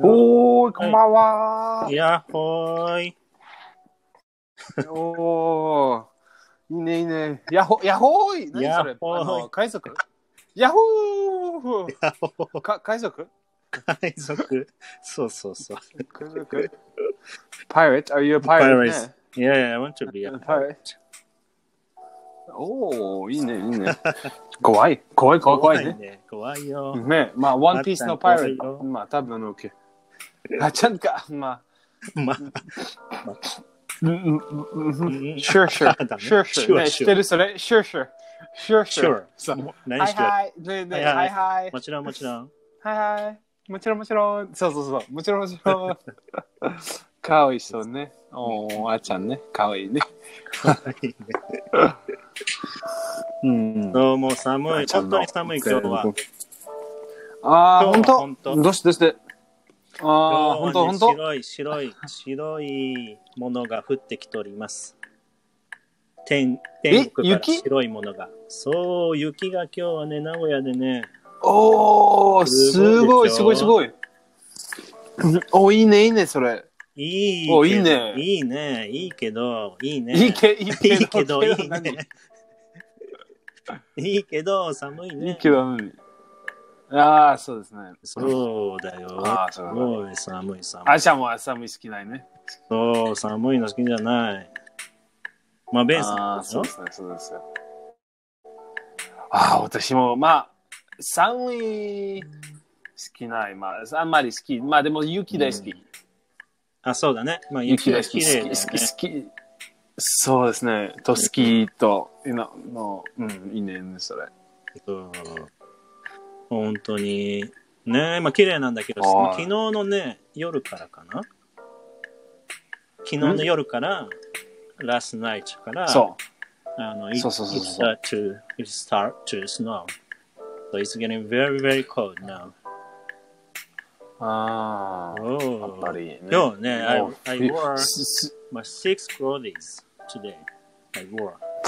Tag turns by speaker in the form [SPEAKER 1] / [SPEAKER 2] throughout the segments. [SPEAKER 1] おー、こんばんは。
[SPEAKER 2] いやっほーい。
[SPEAKER 1] おー、いいね、いいね。やほ、やほーい。何そ
[SPEAKER 2] や
[SPEAKER 1] れ
[SPEAKER 2] っほーい
[SPEAKER 1] あの海賊やほー
[SPEAKER 2] やっほー
[SPEAKER 1] か海賊
[SPEAKER 2] 海賊。そうそうそう。
[SPEAKER 1] 海賊 ?Pirate? Are you a pirate?
[SPEAKER 2] Pirates.
[SPEAKER 1] ね
[SPEAKER 2] Yeah, I want to be a
[SPEAKER 1] pirate. おー、いいね、いいね。怖い。怖い、怖い、怖いね。
[SPEAKER 2] ね。怖いよ。
[SPEAKER 1] ね、まあ、ワンピースのパイレッ
[SPEAKER 2] 怖い
[SPEAKER 1] ト。
[SPEAKER 2] よ
[SPEAKER 1] まあ、多分 OK。あ、ちゃんか。ま
[SPEAKER 2] まあ、
[SPEAKER 1] あ。うんうんうんうん
[SPEAKER 2] うん
[SPEAKER 1] Sure, sure.
[SPEAKER 2] ダメ
[SPEAKER 1] Sure, sure.
[SPEAKER 2] Sure,
[SPEAKER 1] ね、
[SPEAKER 2] sure.
[SPEAKER 1] 知ってるそれ Sure, sure. Sure, sure.
[SPEAKER 2] sure.
[SPEAKER 1] そう
[SPEAKER 2] 何
[SPEAKER 1] は
[SPEAKER 2] し
[SPEAKER 1] い
[SPEAKER 2] てる
[SPEAKER 1] はい。ねね、
[SPEAKER 2] は
[SPEAKER 1] はい
[SPEAKER 2] はい
[SPEAKER 1] いはい。
[SPEAKER 2] もちろんもちろん。
[SPEAKER 1] はいはい。もちろんもちろん。そうそうそう。もちろんもちろ ん。かわいそうね。おー、あーちゃんね。かわいいね。うん。
[SPEAKER 2] どうも寒い。本当に寒い今日は。。
[SPEAKER 1] あー、
[SPEAKER 2] 今日は
[SPEAKER 1] 本当
[SPEAKER 2] 本当
[SPEAKER 1] どうしてどうしてあー、本
[SPEAKER 2] 今日は
[SPEAKER 1] 当本
[SPEAKER 2] ね
[SPEAKER 1] 当
[SPEAKER 2] 白い白い白いものが降ってきております。天天国から
[SPEAKER 1] 雪
[SPEAKER 2] 白いものが。そう、雪が今日はね、名古屋でね。
[SPEAKER 1] おー、すごい、す
[SPEAKER 2] す
[SPEAKER 1] ご
[SPEAKER 2] ご
[SPEAKER 1] い、
[SPEAKER 2] い
[SPEAKER 1] す
[SPEAKER 2] でしょ
[SPEAKER 1] ごい。お、いいね、いいね、それ。
[SPEAKER 2] いいけ
[SPEAKER 1] お
[SPEAKER 2] ど。
[SPEAKER 1] いいね
[SPEAKER 2] いいね。いいけど。いいね。
[SPEAKER 1] いいけ、いいけど、
[SPEAKER 2] い いけど、いい
[SPEAKER 1] 何
[SPEAKER 2] ね。 いいけど、寒い
[SPEAKER 1] いい
[SPEAKER 2] ね。
[SPEAKER 1] けど、何ああ、そうですね。
[SPEAKER 2] そうだよ。
[SPEAKER 1] あー
[SPEAKER 2] す
[SPEAKER 1] そうだ
[SPEAKER 2] ごい寒い寒い。
[SPEAKER 1] あちゃんは寒い好きないね。
[SPEAKER 2] そう、寒いの好きじゃない。まあ、ベン
[SPEAKER 1] あ
[SPEAKER 2] さん
[SPEAKER 1] あ、
[SPEAKER 2] でし
[SPEAKER 1] そ
[SPEAKER 2] ょ
[SPEAKER 1] うですね、そうです。ああ、私も、まあ、寒い好きない。まあ、あんまり好き。まあ、でも雪大好き。
[SPEAKER 2] うあ、そうだね。まあ、
[SPEAKER 1] 雪
[SPEAKER 2] 雪
[SPEAKER 1] 大
[SPEAKER 2] が
[SPEAKER 1] 好
[SPEAKER 2] 綺
[SPEAKER 1] き。好
[SPEAKER 2] 麗だ
[SPEAKER 1] き、
[SPEAKER 2] よね。
[SPEAKER 1] 好き、好き。そうですね。と好きと、今の、うん、いいね、それ。
[SPEAKER 2] そう本当に。ねえ、まあ、綺麗なんだけど、
[SPEAKER 1] はい
[SPEAKER 2] 昨日のね、夜からかな。昨日の夜から、last night から、
[SPEAKER 1] そう。
[SPEAKER 2] あの、
[SPEAKER 1] そうそうそうそう
[SPEAKER 2] It, it, start to, it start to snow. So it's getting very, very cold now.
[SPEAKER 1] ああ、や
[SPEAKER 2] Oh.
[SPEAKER 1] っぱりね。
[SPEAKER 2] 今日ね、I,
[SPEAKER 1] もう
[SPEAKER 2] I wore
[SPEAKER 1] すす
[SPEAKER 2] my six clothes today. I wore.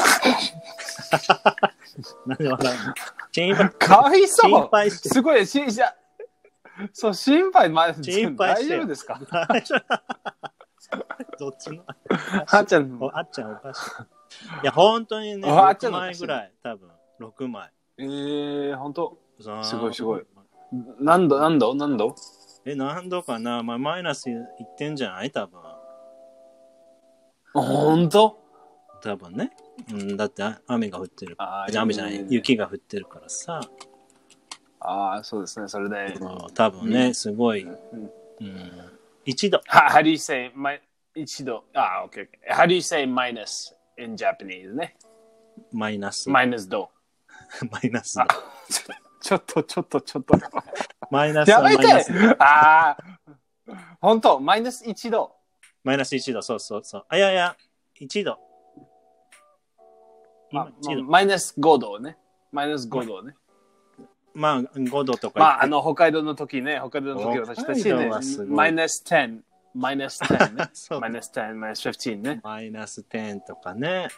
[SPEAKER 2] なんで笑うの心配
[SPEAKER 1] かわいそ
[SPEAKER 2] 心
[SPEAKER 1] う
[SPEAKER 2] 配して
[SPEAKER 1] すごい、しじゃそう、心配、まあ、
[SPEAKER 2] 心配
[SPEAKER 1] 大
[SPEAKER 2] して
[SPEAKER 1] 丈
[SPEAKER 2] よ
[SPEAKER 1] 夫ですか
[SPEAKER 2] ない。 どっちの
[SPEAKER 1] あーちゃん、
[SPEAKER 2] おあっちゃんおかしい。いや、本当にね、
[SPEAKER 1] ああっちゃ
[SPEAKER 2] 6
[SPEAKER 1] んおか
[SPEAKER 2] 枚
[SPEAKER 1] しい
[SPEAKER 2] ぐらい、多分。6枚。
[SPEAKER 1] えー、本当す
[SPEAKER 2] す
[SPEAKER 1] ごいすごい。何度、何度、何度
[SPEAKER 2] え、何度かな、まあ、マイナスいってんじゃない多分。
[SPEAKER 1] 本当
[SPEAKER 2] 多分ね。うん、だってあ雨が降ってる。
[SPEAKER 1] あー
[SPEAKER 2] 雨じゃない、。雪が降ってるからさ。
[SPEAKER 1] ああ、そうですね、それで。
[SPEAKER 2] うん多分ね、すごい。う
[SPEAKER 1] うん
[SPEAKER 2] ん、一度。
[SPEAKER 1] は how do you say, my, 一度。ああ、OK, OK. How do you say minus in Japanese ね
[SPEAKER 2] マイナス。 マイ
[SPEAKER 1] ?minus ど
[SPEAKER 2] ナスだ。
[SPEAKER 1] うちょちょっと、ちょっと、ちょっと。
[SPEAKER 2] マイナス
[SPEAKER 1] や
[SPEAKER 2] はマ
[SPEAKER 1] め
[SPEAKER 2] イ
[SPEAKER 1] て
[SPEAKER 2] ナスだ。
[SPEAKER 1] ああ、本当マイナス一度。
[SPEAKER 2] マイナス一度、そうそうそう。あ、いやいや、一度。
[SPEAKER 1] ま
[SPEAKER 2] 今
[SPEAKER 1] あ
[SPEAKER 2] 一度。
[SPEAKER 1] マイナス5度ね。マイナス5度ね。
[SPEAKER 2] まあ、5度とか。
[SPEAKER 1] まあ、あの、北海道の時ね、北海道の時私たち
[SPEAKER 2] 北海
[SPEAKER 1] ね
[SPEAKER 2] 道はす、ごい。
[SPEAKER 1] マイナス10、マイナス10ね
[SPEAKER 2] そう
[SPEAKER 1] マイナス10、マイナス15ね。
[SPEAKER 2] マイナス10とかね。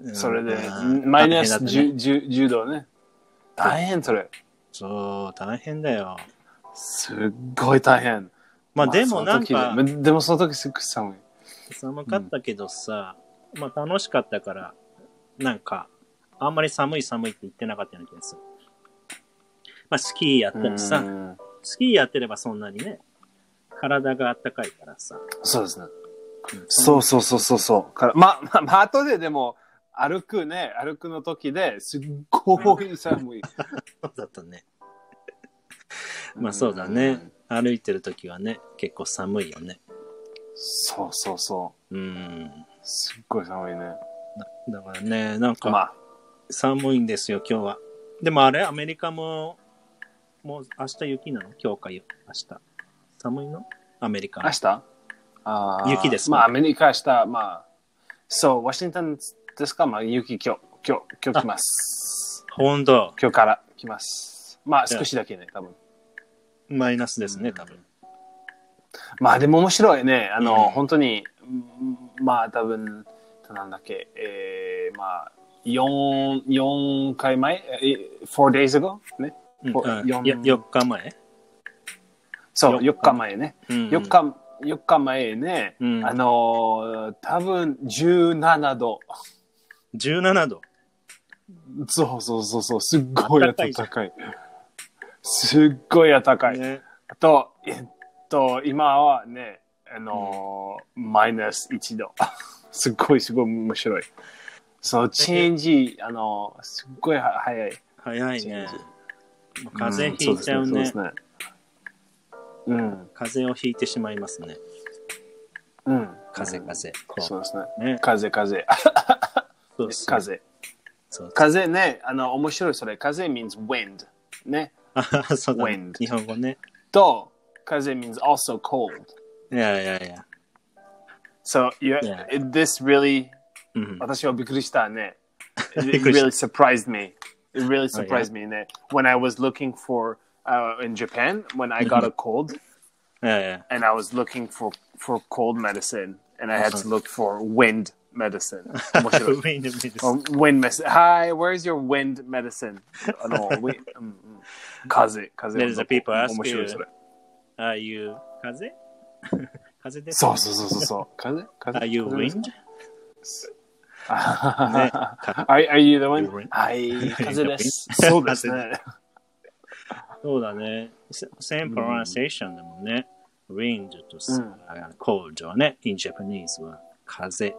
[SPEAKER 2] うん
[SPEAKER 1] それで、
[SPEAKER 2] うん
[SPEAKER 1] マイナス
[SPEAKER 2] 大変だったね
[SPEAKER 1] 10, 10, 10度ね。大変それ。
[SPEAKER 2] そう、大変だよ。
[SPEAKER 1] すっごい大変。
[SPEAKER 2] まあ、でもなん
[SPEAKER 1] その
[SPEAKER 2] か、
[SPEAKER 1] 時ねでもその時すっごい寒い。
[SPEAKER 2] 寒かったけどさ、まあ、楽しかったから、なんか、あんまり寒い寒いって言ってなかったような気がする。まあ、スキーやったり
[SPEAKER 1] う
[SPEAKER 2] さ、
[SPEAKER 1] ん
[SPEAKER 2] スキーやってればそんなにね、体があったかいからさ。
[SPEAKER 1] そうですね。
[SPEAKER 2] うん
[SPEAKER 1] そうそうそうそうそう。からまあ、まあ、まあ、後ででも、歩くね、歩くの時ですっごい寒い。
[SPEAKER 2] そうだったね。 まあそうだね。歩いてる時はね、結構寒いよね。
[SPEAKER 1] そうそうそ
[SPEAKER 2] うん。
[SPEAKER 1] う。すっごい寒いね。
[SPEAKER 2] だからね、なんか、
[SPEAKER 1] まあ、
[SPEAKER 2] 寒いんですよ、今日は。でもあれ、アメリカも、もう明日雪なの今日かよ明日。寒いのアメリカ
[SPEAKER 1] 明。日あー
[SPEAKER 2] 雪ですか
[SPEAKER 1] まあ、アメリカ明日、まあ、そう、ワシントンですかまあ、雪今日、今日、今日来ます。
[SPEAKER 2] 本当
[SPEAKER 1] 今日から来ます。まあ、
[SPEAKER 2] じゃ
[SPEAKER 1] 少
[SPEAKER 2] あ
[SPEAKER 1] しだけね、多分。
[SPEAKER 2] マイナスです
[SPEAKER 1] う
[SPEAKER 2] ね、
[SPEAKER 1] ん
[SPEAKER 2] 多分。
[SPEAKER 1] まあ、でも面白いね。あの、
[SPEAKER 2] うん
[SPEAKER 1] 本当に、うんまあ、多分、なんだっけ、えー、まあ、4、四回前え ?4 days ago? ね。
[SPEAKER 2] うん
[SPEAKER 1] こう
[SPEAKER 2] うん
[SPEAKER 1] 四
[SPEAKER 2] よ4日前
[SPEAKER 1] そう、
[SPEAKER 2] よ
[SPEAKER 1] 4日前ね。
[SPEAKER 2] うん
[SPEAKER 1] 4日、4日前ね、
[SPEAKER 2] うん
[SPEAKER 1] あのー多分17度。
[SPEAKER 2] 17度。
[SPEAKER 1] そうそうそうそう、すっごい
[SPEAKER 2] 暖かいじゃ
[SPEAKER 1] 暖かい。すっごい暖かい。
[SPEAKER 2] ね
[SPEAKER 1] あと、えっと、今はね、あのーマイナス1度。すっごいすごい面白い。そう、チェンジ、あのーすっごいは早い。
[SPEAKER 2] 早いね
[SPEAKER 1] そう。
[SPEAKER 2] 風邪ひいちゃう
[SPEAKER 1] そで
[SPEAKER 2] ね
[SPEAKER 1] す。ね。そうですね
[SPEAKER 2] 風邪をひいてしまいますね。
[SPEAKER 1] うん。うん。
[SPEAKER 2] 風邪、風
[SPEAKER 1] そ
[SPEAKER 2] 邪。
[SPEAKER 1] うですね。
[SPEAKER 2] ね。
[SPEAKER 1] 風風
[SPEAKER 2] そうそう
[SPEAKER 1] 風。
[SPEAKER 2] そう
[SPEAKER 1] 風ね、あの、面白いそれ。風 means wind. ね。
[SPEAKER 2] あそうだね
[SPEAKER 1] wind
[SPEAKER 2] 日本語ね。
[SPEAKER 1] と、風 means also cold.
[SPEAKER 2] いやいやいや。
[SPEAKER 1] So, you,
[SPEAKER 2] Yeah.
[SPEAKER 1] this really
[SPEAKER 2] うん。
[SPEAKER 1] 私はびっくりしたね。
[SPEAKER 2] びっ
[SPEAKER 1] It
[SPEAKER 2] くりした
[SPEAKER 1] really
[SPEAKER 2] Oh,
[SPEAKER 1] surprised me. It really surprised me ね。When I was looking for uh, in Japan, when I
[SPEAKER 2] Mm-hmm.
[SPEAKER 1] got a cold,
[SPEAKER 2] いやいや。
[SPEAKER 1] and I was looking for for cold medicine, and I
[SPEAKER 2] Uh-huh.
[SPEAKER 1] had to look for wind medicine. 面白い
[SPEAKER 2] ウィンドミルス
[SPEAKER 1] Oh, wind medicine. Hi, where's your wind medicine? Oh, あの、wi- うんうん風、風。
[SPEAKER 2] There is a people ask
[SPEAKER 1] 面白いそれ
[SPEAKER 2] you,。are you 風 風です
[SPEAKER 1] そうそうそうそうそう。風、風。
[SPEAKER 2] Are you
[SPEAKER 1] 風
[SPEAKER 2] wind? ね
[SPEAKER 1] Are, are you the one?
[SPEAKER 2] Wind.
[SPEAKER 1] はい、風です。
[SPEAKER 2] Wind.
[SPEAKER 1] そうですね。
[SPEAKER 2] そうだね。センプロナセーションだもんね。wind と
[SPEAKER 1] う
[SPEAKER 2] さ
[SPEAKER 1] ん、
[SPEAKER 2] コールドはね、in Japanese は風。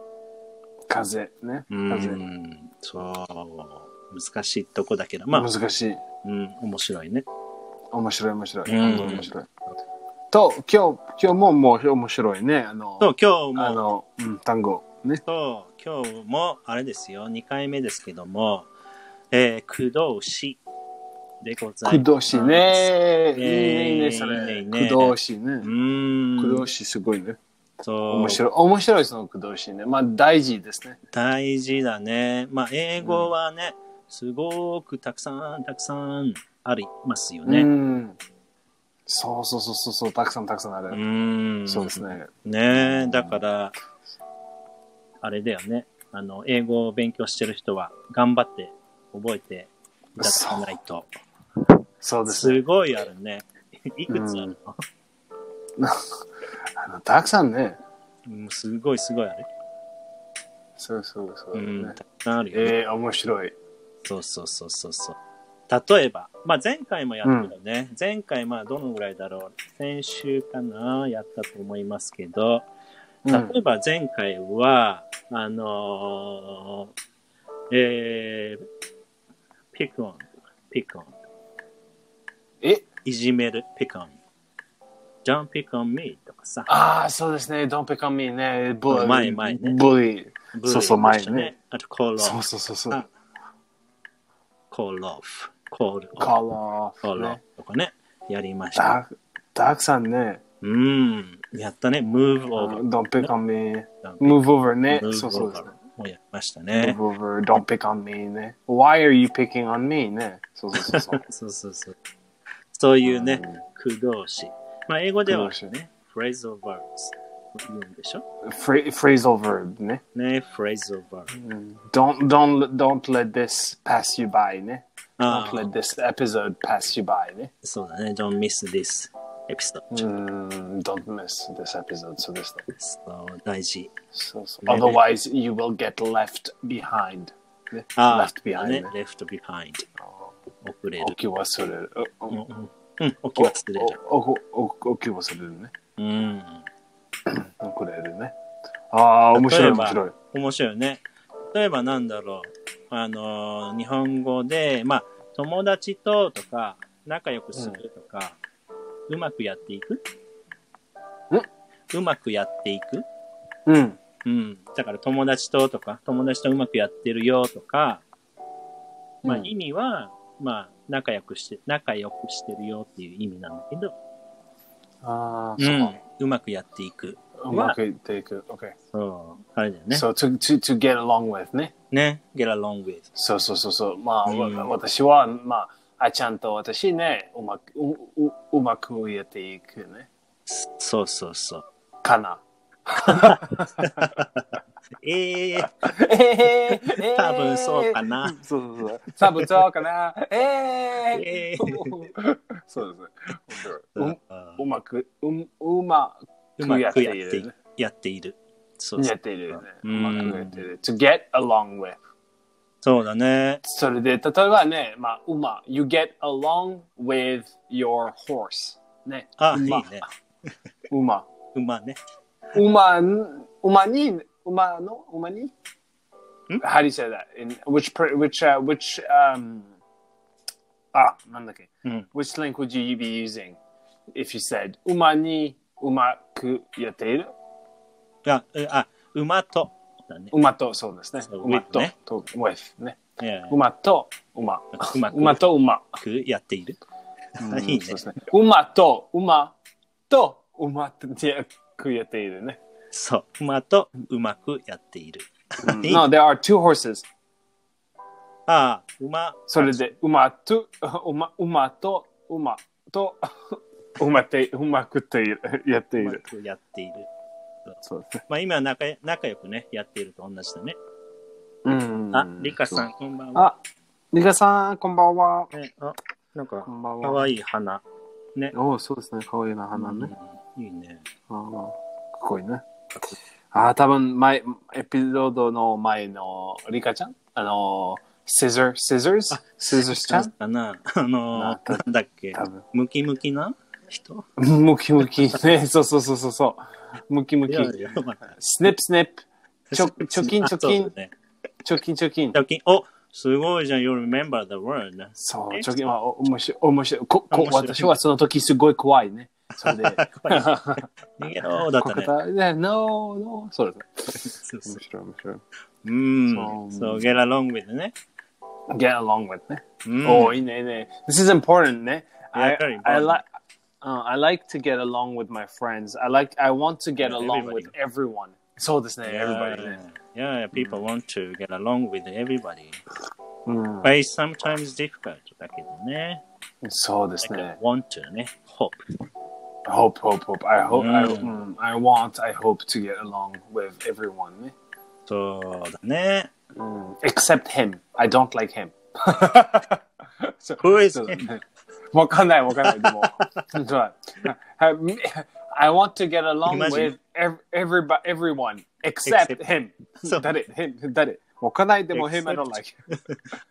[SPEAKER 1] 風ね。
[SPEAKER 2] う
[SPEAKER 1] 風。
[SPEAKER 2] ん。そう。難しいとこだけど、まあ、
[SPEAKER 1] 難しい。
[SPEAKER 2] うん、面白いね。
[SPEAKER 1] 面白い面白い。
[SPEAKER 2] うん
[SPEAKER 1] 面白い。と、今日、今日ももう面白いね。あの、
[SPEAKER 2] そう、今日
[SPEAKER 1] あ
[SPEAKER 2] も、
[SPEAKER 1] の、うん、単語。ね。
[SPEAKER 2] そう、今日も、あれですよ、2回目ですけども、えー、駆動詞でござ
[SPEAKER 1] 駆
[SPEAKER 2] います。
[SPEAKER 1] 動詞ね。いい
[SPEAKER 2] えー
[SPEAKER 1] ね、いいね、それ。
[SPEAKER 2] いいねいいね
[SPEAKER 1] 駆動詞
[SPEAKER 2] う
[SPEAKER 1] ね。
[SPEAKER 2] ーん。
[SPEAKER 1] 駆動詞すごいね。
[SPEAKER 2] そう
[SPEAKER 1] 面白い。面白い、その駆動詞ね。まあ、大事ですね。
[SPEAKER 2] 大事だね。まあ、英語はね、すごくたくさん、たくさんありますよ
[SPEAKER 1] う
[SPEAKER 2] ね。
[SPEAKER 1] ん。そうそうそうそうそう、たくさんたくさんあ
[SPEAKER 2] う
[SPEAKER 1] る。
[SPEAKER 2] ーん。
[SPEAKER 1] そうです。ね。
[SPEAKER 2] ねえだから、あれだよね。あの、英語を勉強してる人は、頑張って覚えていただかないと。
[SPEAKER 1] そうですね。
[SPEAKER 2] すごいあるね。いくつあるの、
[SPEAKER 1] あのたくさんね。
[SPEAKER 2] うん、すごいすごいある。
[SPEAKER 1] そうそうそうう。
[SPEAKER 2] ん、
[SPEAKER 1] ね
[SPEAKER 2] たくさんあるよね。
[SPEAKER 1] えー、面白い。
[SPEAKER 2] そうそうそうそうそう。例えば、まあ、前回もやったよね。前回、まあ、どのぐらいだろう。先週かな、やったと思いますけど、
[SPEAKER 1] う
[SPEAKER 2] 例
[SPEAKER 1] ん
[SPEAKER 2] えば前回は、あのー、えー、ピクオン、ピクオン、
[SPEAKER 1] え
[SPEAKER 2] いじめる、ピクオン。Don't pick on me とかさ。
[SPEAKER 1] ああ、そうですね。Don't pick on me ね。ブリ。
[SPEAKER 2] 前前ね
[SPEAKER 1] ブリ。そうそう
[SPEAKER 2] ブーイング
[SPEAKER 1] 前ね。
[SPEAKER 2] あと、コールオ
[SPEAKER 1] そう
[SPEAKER 2] フ、
[SPEAKER 1] そうそうそう。
[SPEAKER 2] あコールオフ、コールオフ、
[SPEAKER 1] カラ
[SPEAKER 2] コー
[SPEAKER 1] ー、
[SPEAKER 2] ルオフ
[SPEAKER 1] ね。
[SPEAKER 2] とかね、やりました。
[SPEAKER 1] たたくさんね。
[SPEAKER 2] うん、やったね。move
[SPEAKER 1] あ
[SPEAKER 2] over.
[SPEAKER 1] Don't pick on me.
[SPEAKER 2] Don't pick-
[SPEAKER 1] Move over ね
[SPEAKER 2] move。
[SPEAKER 1] そうそうです
[SPEAKER 2] over もやりました
[SPEAKER 1] ね。
[SPEAKER 2] ね。
[SPEAKER 1] Move over. Don't pick on me ね。Why are you picking on me ね。そうそうそうそう。
[SPEAKER 2] そうそうそう。そういうね
[SPEAKER 1] うん、
[SPEAKER 2] 駆動詞。まあ、英語では
[SPEAKER 1] 駆動詞
[SPEAKER 2] ね、phrasal verbs 言うんでしょ
[SPEAKER 1] Phra- Phrasal verb ね。
[SPEAKER 2] ね、phrasal verb。
[SPEAKER 1] Don't don't don't let this pass you by ね。
[SPEAKER 2] あ
[SPEAKER 1] Don't
[SPEAKER 2] あ
[SPEAKER 1] let、this episode pass you by ね。
[SPEAKER 2] そうだね。don't miss this episode.
[SPEAKER 1] うん。Don't miss this episode そうですね。
[SPEAKER 2] そう、大事。
[SPEAKER 1] そうそう。
[SPEAKER 2] ね
[SPEAKER 1] Otherwise you will get left behind ね。Left
[SPEAKER 2] ね
[SPEAKER 1] behind ね。。
[SPEAKER 2] left behind。遅れる。
[SPEAKER 1] 置き忘れる。お
[SPEAKER 2] うん
[SPEAKER 1] お
[SPEAKER 2] うん、うん置き忘れる。
[SPEAKER 1] おおお置き忘れるね。
[SPEAKER 2] うん。
[SPEAKER 1] 遅れるね。ああ、面白い面白い。
[SPEAKER 2] 面白いね。例えばなんだろう。あのー、日本語で、まあ、友達ととか、仲良くするとか、うまくやっていくうまくやっていく
[SPEAKER 1] うん。
[SPEAKER 2] うん。だから友達ととか、友達とうまくやってるよとか、まあ
[SPEAKER 1] うん
[SPEAKER 2] 意味は、まあ仲良くして、仲良くしてるよっていう意味なんだけど、
[SPEAKER 1] ああ、
[SPEAKER 2] う
[SPEAKER 1] そ
[SPEAKER 2] んうまくやっていく。
[SPEAKER 1] う。うまくいっていく。OK。
[SPEAKER 2] そう。あれだよね。
[SPEAKER 1] So to to to get along with ね。
[SPEAKER 2] ね。get along with.
[SPEAKER 1] そうそうそうそう。まあ、
[SPEAKER 2] うん
[SPEAKER 1] わ私はまああちゃんと私ね、うまくうううまくやっていくね。
[SPEAKER 2] そうそうそう。
[SPEAKER 1] かな。
[SPEAKER 2] ええー。
[SPEAKER 1] ええ
[SPEAKER 2] 多分そうかな。
[SPEAKER 1] そうそうそう。多分そうかな。ええ
[SPEAKER 2] ええ
[SPEAKER 1] そうですね面白い。うん
[SPEAKER 2] あ
[SPEAKER 1] うまく、うん、うま
[SPEAKER 2] う
[SPEAKER 1] く
[SPEAKER 2] ま
[SPEAKER 1] やっ
[SPEAKER 2] く
[SPEAKER 1] て
[SPEAKER 2] やっ
[SPEAKER 1] い
[SPEAKER 2] て
[SPEAKER 1] る
[SPEAKER 2] い
[SPEAKER 1] ね。
[SPEAKER 2] やっている。そうそ
[SPEAKER 1] やっ
[SPEAKER 2] う
[SPEAKER 1] ているよね。う
[SPEAKER 2] うん
[SPEAKER 1] まくやっている。to get along with.
[SPEAKER 2] そうだね。
[SPEAKER 1] それで、例えばね、まあ、馬。you get along with your horse. ね。
[SPEAKER 2] あ、いい
[SPEAKER 1] 馬
[SPEAKER 2] ね。
[SPEAKER 1] 馬。
[SPEAKER 2] 馬ね。
[SPEAKER 1] 馬ん、馬に、馬の、馬に ?How do you say that? In which, per- which, uh, which, um, あ、なんだっけ
[SPEAKER 2] うん。
[SPEAKER 1] Which link would you be using if you said 馬にうまくやっている
[SPEAKER 2] あ、うあ馬と。だね。
[SPEAKER 1] 馬とそうですね。
[SPEAKER 2] そう
[SPEAKER 1] 馬と
[SPEAKER 2] with ね
[SPEAKER 1] と with ね。
[SPEAKER 2] いやいや
[SPEAKER 1] 馬と馬。
[SPEAKER 2] うまく
[SPEAKER 1] 馬と馬。
[SPEAKER 2] くやっている。
[SPEAKER 1] うん
[SPEAKER 2] いいね
[SPEAKER 1] そうですね。馬と馬と馬って やくやっているね。
[SPEAKER 2] そう。馬とうまくやっている。 いい
[SPEAKER 1] No, there are two horses.
[SPEAKER 2] ああ、馬。
[SPEAKER 1] それで馬 と馬馬と馬と 馬ってう まくているやっていう
[SPEAKER 2] ま
[SPEAKER 1] る。
[SPEAKER 2] くやっている。
[SPEAKER 1] そうですね。
[SPEAKER 2] まあ今仲よ、仲良くね、やっていると同じだね。
[SPEAKER 1] うん
[SPEAKER 2] あ、リカさん、。こんばんは。
[SPEAKER 1] あ、リカさんこんばんは。
[SPEAKER 2] ねあ、なんか、
[SPEAKER 1] んばん
[SPEAKER 2] かわいい花。
[SPEAKER 1] おお、そうですね。かわいいな、花ね。
[SPEAKER 2] うん。いいね。
[SPEAKER 1] ああ、かっこいいね。ああ、多分前、エピソードの前のリカちゃんあの、シザー、シザーズシザーズちゃん
[SPEAKER 2] かなあの
[SPEAKER 1] あ
[SPEAKER 2] ー、なんだっけ
[SPEAKER 1] 多分。
[SPEAKER 2] ムキムキな人
[SPEAKER 1] ムキムキ。ね、そうそうそうそうそう。ムキム
[SPEAKER 2] い
[SPEAKER 1] キ。
[SPEAKER 2] やいやまあ
[SPEAKER 1] スネップスネップ。ちょ貯金
[SPEAKER 2] あ
[SPEAKER 1] 貯
[SPEAKER 2] そう
[SPEAKER 1] 金
[SPEAKER 2] だね
[SPEAKER 1] 貯金貯金。
[SPEAKER 2] 貯金。おすごいじゃん。You remember the word.
[SPEAKER 1] そう、
[SPEAKER 2] え
[SPEAKER 1] 貯金はお面白い。面白い。ここ
[SPEAKER 2] 面白い
[SPEAKER 1] 私はその時すごい怖いね。そ れで。
[SPEAKER 2] 怖い逃げろだったね。
[SPEAKER 1] 怖かったね No, no. そうですね。
[SPEAKER 2] そ
[SPEAKER 1] 面
[SPEAKER 2] うそう
[SPEAKER 1] 白い、面白い。
[SPEAKER 2] うん。
[SPEAKER 1] そ
[SPEAKER 2] そうう、get along with ね。
[SPEAKER 1] get along with ね。
[SPEAKER 2] うん
[SPEAKER 1] おいいねいいね。This is important ね。
[SPEAKER 2] Yeah,
[SPEAKER 1] I,
[SPEAKER 2] very
[SPEAKER 1] I
[SPEAKER 2] important.
[SPEAKER 1] like. Uh, I like to get along with my friends. I like. I want to get
[SPEAKER 2] Yeah,
[SPEAKER 1] along
[SPEAKER 2] everybody.
[SPEAKER 1] with everyone. そうですね。everybody ね。
[SPEAKER 2] Yeah, yeah, people want to get along with everybody.
[SPEAKER 1] うん。
[SPEAKER 2] But it's sometimes difficult だけどね。
[SPEAKER 1] そうです
[SPEAKER 2] Like
[SPEAKER 1] ね。
[SPEAKER 2] want to ね。hope.
[SPEAKER 1] Hope, hope, hope. I hope. I,
[SPEAKER 2] う
[SPEAKER 1] うん I want. I hope to get along with everyone. ね。
[SPEAKER 2] そうだね。
[SPEAKER 1] うん。Except him. I don't like him.
[SPEAKER 2] Who is
[SPEAKER 1] そう
[SPEAKER 2] him?
[SPEAKER 1] わかんないわかんないでも。本当 だ Uh, I want to get along with
[SPEAKER 2] Imagine.
[SPEAKER 1] ev- everybody, everyone except
[SPEAKER 2] Except-
[SPEAKER 1] him.
[SPEAKER 2] そう
[SPEAKER 1] 誰 him 誰わかんないでも him I
[SPEAKER 2] Except-
[SPEAKER 1] don't like.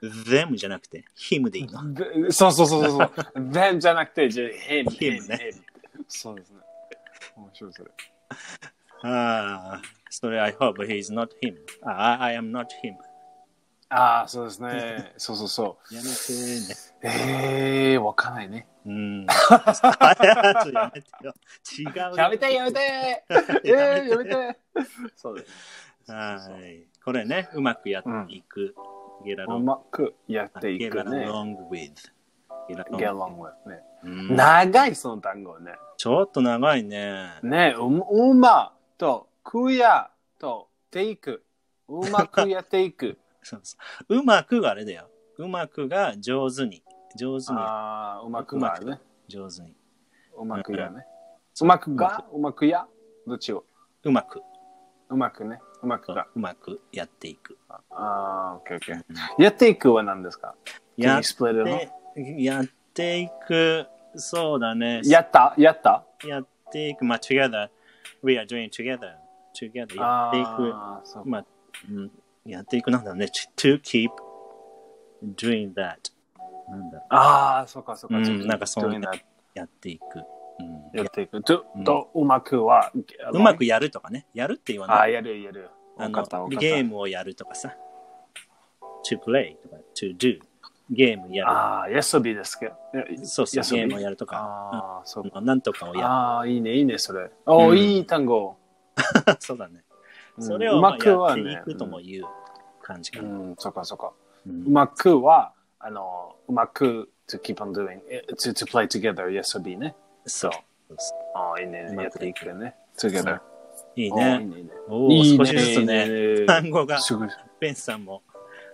[SPEAKER 2] them じゃなくて him でいい の。
[SPEAKER 1] でそうそうそうそう。them じゃなくて、じゃあ him,
[SPEAKER 2] Him eh?
[SPEAKER 1] him,
[SPEAKER 2] ね
[SPEAKER 1] him. そうですね。面白いそれ。
[SPEAKER 2] ああ、それ I hope he is not him. ああ、I am not him.
[SPEAKER 1] ああ、そうですね。そうそうそう。
[SPEAKER 2] やめてね。
[SPEAKER 1] ええー、わかんないね。
[SPEAKER 2] うん。あちょっとやめてよ。違うよ。
[SPEAKER 1] やめてやめて え
[SPEAKER 2] やめ
[SPEAKER 1] ー、
[SPEAKER 2] て
[SPEAKER 1] やめて そうです。
[SPEAKER 2] はい。これね、うまくやっていく。ゲラロ
[SPEAKER 1] う
[SPEAKER 2] ン。
[SPEAKER 1] まくやってい
[SPEAKER 2] ゲ
[SPEAKER 1] く
[SPEAKER 2] ラ
[SPEAKER 1] ね。
[SPEAKER 2] ロン with。ゲラ
[SPEAKER 1] get
[SPEAKER 2] ロン。
[SPEAKER 1] along with ね。
[SPEAKER 2] うん
[SPEAKER 1] 長いその単語ね。
[SPEAKER 2] ちょっと長いね。
[SPEAKER 1] ねう、うまと、くやと、ていく。うまくやってい く。
[SPEAKER 2] そうそううまくがあれだよ。うまくが上手に。上手に。
[SPEAKER 1] ああ、うまくがね。
[SPEAKER 2] 上手に。
[SPEAKER 1] うまくやね。うまくが、うまくや。どっちを
[SPEAKER 2] うまく。
[SPEAKER 1] うまくね。うまくが。
[SPEAKER 2] うまくやっていく。
[SPEAKER 1] ああ、オッケーオッケー。やっていくは何ですか
[SPEAKER 2] や
[SPEAKER 1] Can you split it up?
[SPEAKER 2] でやっていく。そうだね。
[SPEAKER 1] やったやった
[SPEAKER 2] やっていく。まあ、together。We are doing together. together. やってい
[SPEAKER 1] あーそう
[SPEAKER 2] く。まあ、うん、やっていくなんだろうね。to to keep doing that. なんだろ
[SPEAKER 1] あー、そうかそうか。
[SPEAKER 2] うんなんかそう
[SPEAKER 1] いうの
[SPEAKER 2] うやっていく。うん
[SPEAKER 1] やっていく。と
[SPEAKER 2] うん、
[SPEAKER 1] とうまくは。
[SPEAKER 2] うまく
[SPEAKER 1] や
[SPEAKER 2] やるとかね。やるって言わ
[SPEAKER 1] あ
[SPEAKER 2] な
[SPEAKER 1] あ、
[SPEAKER 2] い。
[SPEAKER 1] やるやる。
[SPEAKER 2] あ
[SPEAKER 1] わかった
[SPEAKER 2] の
[SPEAKER 1] わかった
[SPEAKER 2] ゲームをやるとかさ。to play とか to do。ゲームやる。
[SPEAKER 1] ああ、遊びですけど。
[SPEAKER 2] そうそう、
[SPEAKER 1] 遊び
[SPEAKER 2] ゲームをやるとか。
[SPEAKER 1] ああ、そうか。
[SPEAKER 2] なんとかをや
[SPEAKER 1] ああ、いいね、いいね、それ。お
[SPEAKER 2] うん
[SPEAKER 1] ーいい単語。
[SPEAKER 2] る。そうだね。
[SPEAKER 1] うん
[SPEAKER 2] それを
[SPEAKER 1] う
[SPEAKER 2] ま
[SPEAKER 1] ま
[SPEAKER 2] あ
[SPEAKER 1] く
[SPEAKER 2] やっ
[SPEAKER 1] は
[SPEAKER 2] て
[SPEAKER 1] ね
[SPEAKER 2] い。くとも言う感じか
[SPEAKER 1] う
[SPEAKER 2] な。
[SPEAKER 1] ん、うんそうか、そうか。
[SPEAKER 2] うん
[SPEAKER 1] うまくは、あの、うまく to keep on doing, eh, to, to play together, yes or be ね。
[SPEAKER 2] そう。
[SPEAKER 1] ああ、いいね
[SPEAKER 2] う、まく
[SPEAKER 1] やっていくね。together。
[SPEAKER 2] いい
[SPEAKER 1] おーいい
[SPEAKER 2] ね。
[SPEAKER 1] ね、いいね。
[SPEAKER 2] おお、少しずつ
[SPEAKER 1] いい
[SPEAKER 2] ね、
[SPEAKER 1] いい
[SPEAKER 2] 単語が、
[SPEAKER 1] すごい。
[SPEAKER 2] ベンさんも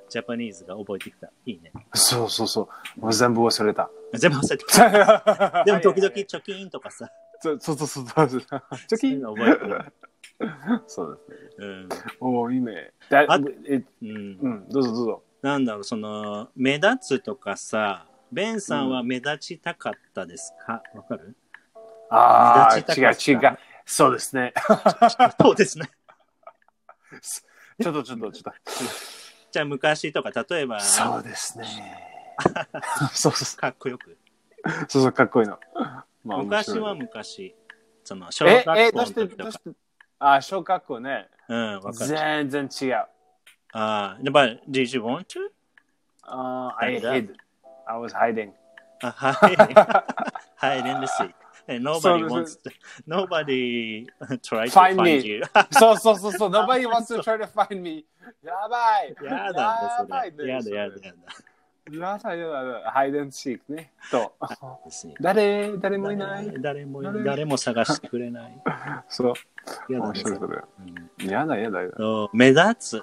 [SPEAKER 2] ジャパニーズが覚えてきた。いいね。
[SPEAKER 1] そうそうそう。もう全部忘れた。
[SPEAKER 2] 全部忘 れてきた。で
[SPEAKER 1] で
[SPEAKER 2] も時 々貯金とかさ、
[SPEAKER 1] そうそうそうそう。チョ
[SPEAKER 2] そう
[SPEAKER 1] キ
[SPEAKER 2] いう
[SPEAKER 1] ン
[SPEAKER 2] の覚えてる。
[SPEAKER 1] そうですね。
[SPEAKER 2] うん
[SPEAKER 1] おーいいね。だ
[SPEAKER 2] あ
[SPEAKER 1] え
[SPEAKER 2] うん。
[SPEAKER 1] うん、どうぞどうぞ。
[SPEAKER 2] なんだろう、その、目立つとかさ、ベンさんは目立ちたかったですかわかる
[SPEAKER 1] ああ、
[SPEAKER 2] 目立ちたかった
[SPEAKER 1] 違う違う。そうですね。
[SPEAKER 2] そうですね。
[SPEAKER 1] ちょっとちょっとちょっ
[SPEAKER 2] じゃあ昔とか、例えば
[SPEAKER 1] と。、そうですね。 そうそうそ
[SPEAKER 2] かっこよく。
[SPEAKER 1] うそうそう、かっこいいの。ま
[SPEAKER 2] 昔は
[SPEAKER 1] 面
[SPEAKER 2] 昔、その小
[SPEAKER 1] 白い
[SPEAKER 2] 学校
[SPEAKER 1] え、え、ど
[SPEAKER 2] の
[SPEAKER 1] うして、
[SPEAKER 2] 時
[SPEAKER 1] ど
[SPEAKER 2] と
[SPEAKER 1] う
[SPEAKER 2] か
[SPEAKER 1] し。て、あ、小学校ね。
[SPEAKER 2] うん、わかる。
[SPEAKER 1] 全然違う。
[SPEAKER 2] ああ、で、まあ、did you want to?
[SPEAKER 1] あー I
[SPEAKER 2] Like that.
[SPEAKER 1] hid. I was hiding.
[SPEAKER 2] あ はい。はい、連絡し。And Nobody
[SPEAKER 1] そうで
[SPEAKER 2] wants to, nobody try to
[SPEAKER 1] Find
[SPEAKER 2] find,
[SPEAKER 1] me.
[SPEAKER 2] you.
[SPEAKER 1] そうそうそうそう。Nobody wants to try to find me. やばい。
[SPEAKER 2] やだね、それ。や
[SPEAKER 1] ばいね
[SPEAKER 2] だ、やだ、や
[SPEAKER 1] それやだやだやだ。ハイデンシークね。と。
[SPEAKER 2] だ。
[SPEAKER 1] 誰誰もいない。
[SPEAKER 2] 誰もい
[SPEAKER 1] 誰も
[SPEAKER 2] 誰も探してくれない。
[SPEAKER 1] そう。
[SPEAKER 2] やだ
[SPEAKER 1] 面
[SPEAKER 2] ね、
[SPEAKER 1] 白い
[SPEAKER 2] そ
[SPEAKER 1] こ
[SPEAKER 2] れ
[SPEAKER 1] とだ。
[SPEAKER 2] うん
[SPEAKER 1] やだやだやだ。
[SPEAKER 2] そう目立つ。う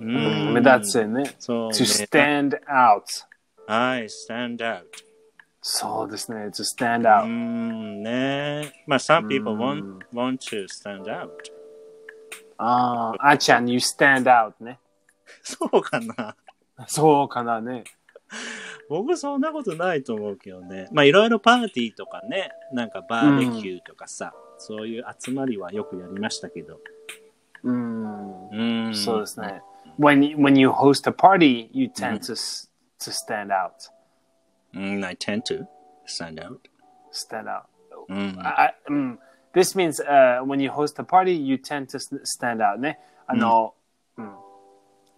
[SPEAKER 1] うん
[SPEAKER 2] ん
[SPEAKER 1] 目立つ。よね。
[SPEAKER 2] そう。
[SPEAKER 1] to stand out.
[SPEAKER 2] はい、stand out.
[SPEAKER 1] そうですね。to stand
[SPEAKER 2] う
[SPEAKER 1] out.
[SPEAKER 2] ん、ね。まあ、some people
[SPEAKER 1] う
[SPEAKER 2] want,
[SPEAKER 1] ん
[SPEAKER 2] want to stand out.
[SPEAKER 1] あーあちゃん、you stand out ね。
[SPEAKER 2] そうかな。
[SPEAKER 1] そうかなね。
[SPEAKER 2] 僕そんなことないと思うけどね。まあいろいろパーティーとかね、なんかバーベキューとかさ、そういう集まりはよくやりましたけど。
[SPEAKER 1] うん。
[SPEAKER 2] うん
[SPEAKER 1] そうですね。。When you, when you host a party, you tend to, s- to stand out.
[SPEAKER 2] うん、I tend to stand out.
[SPEAKER 1] Stand out.
[SPEAKER 2] うん。
[SPEAKER 1] I, I- mm, this means uh, when you host a party, you tend to s- stand out. ね。あの、うん。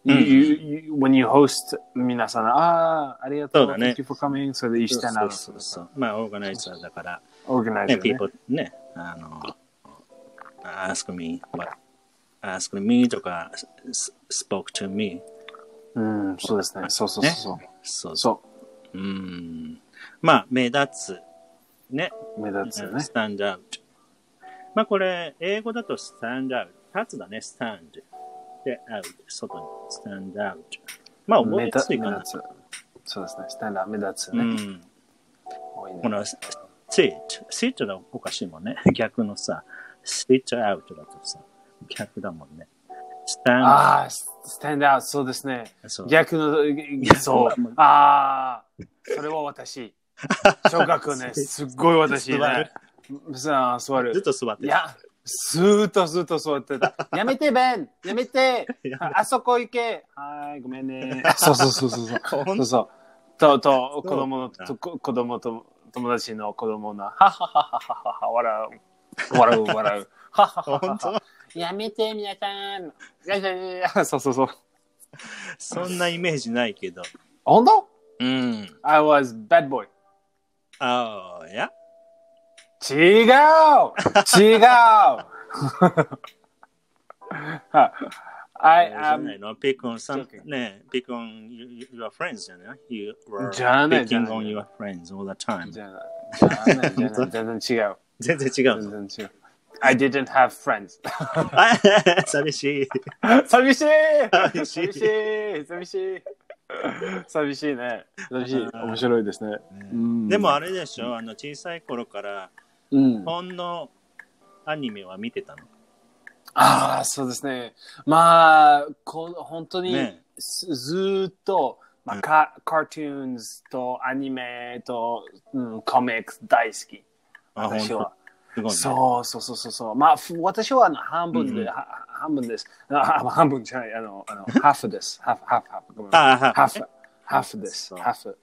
[SPEAKER 1] You,
[SPEAKER 2] Mm.
[SPEAKER 1] you, you, when you host, 皆さん、ああ、ありがとう。
[SPEAKER 2] そうだね
[SPEAKER 1] Thank you for coming. それで you
[SPEAKER 2] そう
[SPEAKER 1] stand
[SPEAKER 2] そう
[SPEAKER 1] out.
[SPEAKER 2] そうそう。まあオーガナイザーだから、
[SPEAKER 1] Organize
[SPEAKER 2] ね、
[SPEAKER 1] よね
[SPEAKER 2] people ね、あの、ask me, what, ask me とか、s- spoke to me.
[SPEAKER 1] うん、そうですね。そうそうそうそう。
[SPEAKER 2] そうそ。
[SPEAKER 1] そう
[SPEAKER 2] うん。まあ目立つ。ね。
[SPEAKER 1] う。目立つよね
[SPEAKER 2] ス。タンドアウト。まあこれ、英語だとスタンドアウト。立つだね、スタンド。で、アウト、外に。スタンドアウト。まあ覚え
[SPEAKER 1] 目
[SPEAKER 2] やす
[SPEAKER 1] 立
[SPEAKER 2] い
[SPEAKER 1] 目
[SPEAKER 2] かな。
[SPEAKER 1] 立つ。そうですね。スタンダー目立つよ
[SPEAKER 2] う
[SPEAKER 1] ね。
[SPEAKER 2] ん。
[SPEAKER 1] 多いね
[SPEAKER 2] この、シート。シートがおかしいもんね。逆のさ、シートアウトだとさ、逆だもんね。スタンドア
[SPEAKER 1] ああ、スタンダーそうですね。
[SPEAKER 2] ウト。
[SPEAKER 1] 逆の、 そう
[SPEAKER 2] 逆。
[SPEAKER 1] ああ、それは 私。小学校ね、すっごい私
[SPEAKER 2] 座る
[SPEAKER 1] ね。さあ、座
[SPEAKER 2] ずっ
[SPEAKER 1] る。
[SPEAKER 2] と座って
[SPEAKER 1] い
[SPEAKER 2] る。
[SPEAKER 1] や、ずーっとずーっと座ってた。やめて、ベンやめ て
[SPEAKER 2] やめ
[SPEAKER 1] ああそこ行けはーい、ごめんね。 そうそうそうそう。そう
[SPEAKER 2] ほん
[SPEAKER 1] そうそう。と、と、
[SPEAKER 2] う
[SPEAKER 1] 子供の、とこ子供と、友達の子供の、はははははは、笑う。笑う、笑う。ははは
[SPEAKER 2] 本
[SPEAKER 1] はは。やめて、皆さん。いやいやいやいや、そうそうそう。
[SPEAKER 2] そんなイメージないけど。
[SPEAKER 1] 本当
[SPEAKER 2] うん。
[SPEAKER 1] I was bad boy.
[SPEAKER 2] ああ、いや。
[SPEAKER 1] 違う 違う I
[SPEAKER 2] じゃな
[SPEAKER 1] am
[SPEAKER 2] いの pick on some,
[SPEAKER 1] joking.
[SPEAKER 2] ね pick on y- y- your friends じゃない ?You were
[SPEAKER 1] じゃないじゃ
[SPEAKER 2] picking
[SPEAKER 1] ない
[SPEAKER 2] on your friends all the time.
[SPEAKER 1] じゃあじゃあねじゃあね全然違 う。
[SPEAKER 2] 全然違うの。
[SPEAKER 1] 全然違う。I didn't have friends.
[SPEAKER 2] あ 寂しい。
[SPEAKER 1] 寂しい
[SPEAKER 2] 寂しい
[SPEAKER 1] 寂しい寂しい寂 しいね。寂しい。面白いですね。うん
[SPEAKER 2] Uh, でもあれでしょあの小さい頃から
[SPEAKER 1] うん
[SPEAKER 2] 日、本のアニメは見てたの。
[SPEAKER 1] ああ、そうですね。まあ、こ本当に
[SPEAKER 2] ね
[SPEAKER 1] ずずーっと、まあ、カカートゥーンズとアニメと、うん、コミックス大好き。
[SPEAKER 2] あ本
[SPEAKER 1] 私
[SPEAKER 2] 当
[SPEAKER 1] は。
[SPEAKER 2] すごいね。
[SPEAKER 1] そうそうそうそうそう。まあ、ふ私はあの半分で、
[SPEAKER 2] うん
[SPEAKER 1] は半分です。あ半分じゃない、あの、 あのハーフです。ハーフ、ハーフ、ハーフ。ごめん
[SPEAKER 2] あハーフ
[SPEAKER 1] ハーフ。ハーフです。
[SPEAKER 2] そう
[SPEAKER 1] ハーフ。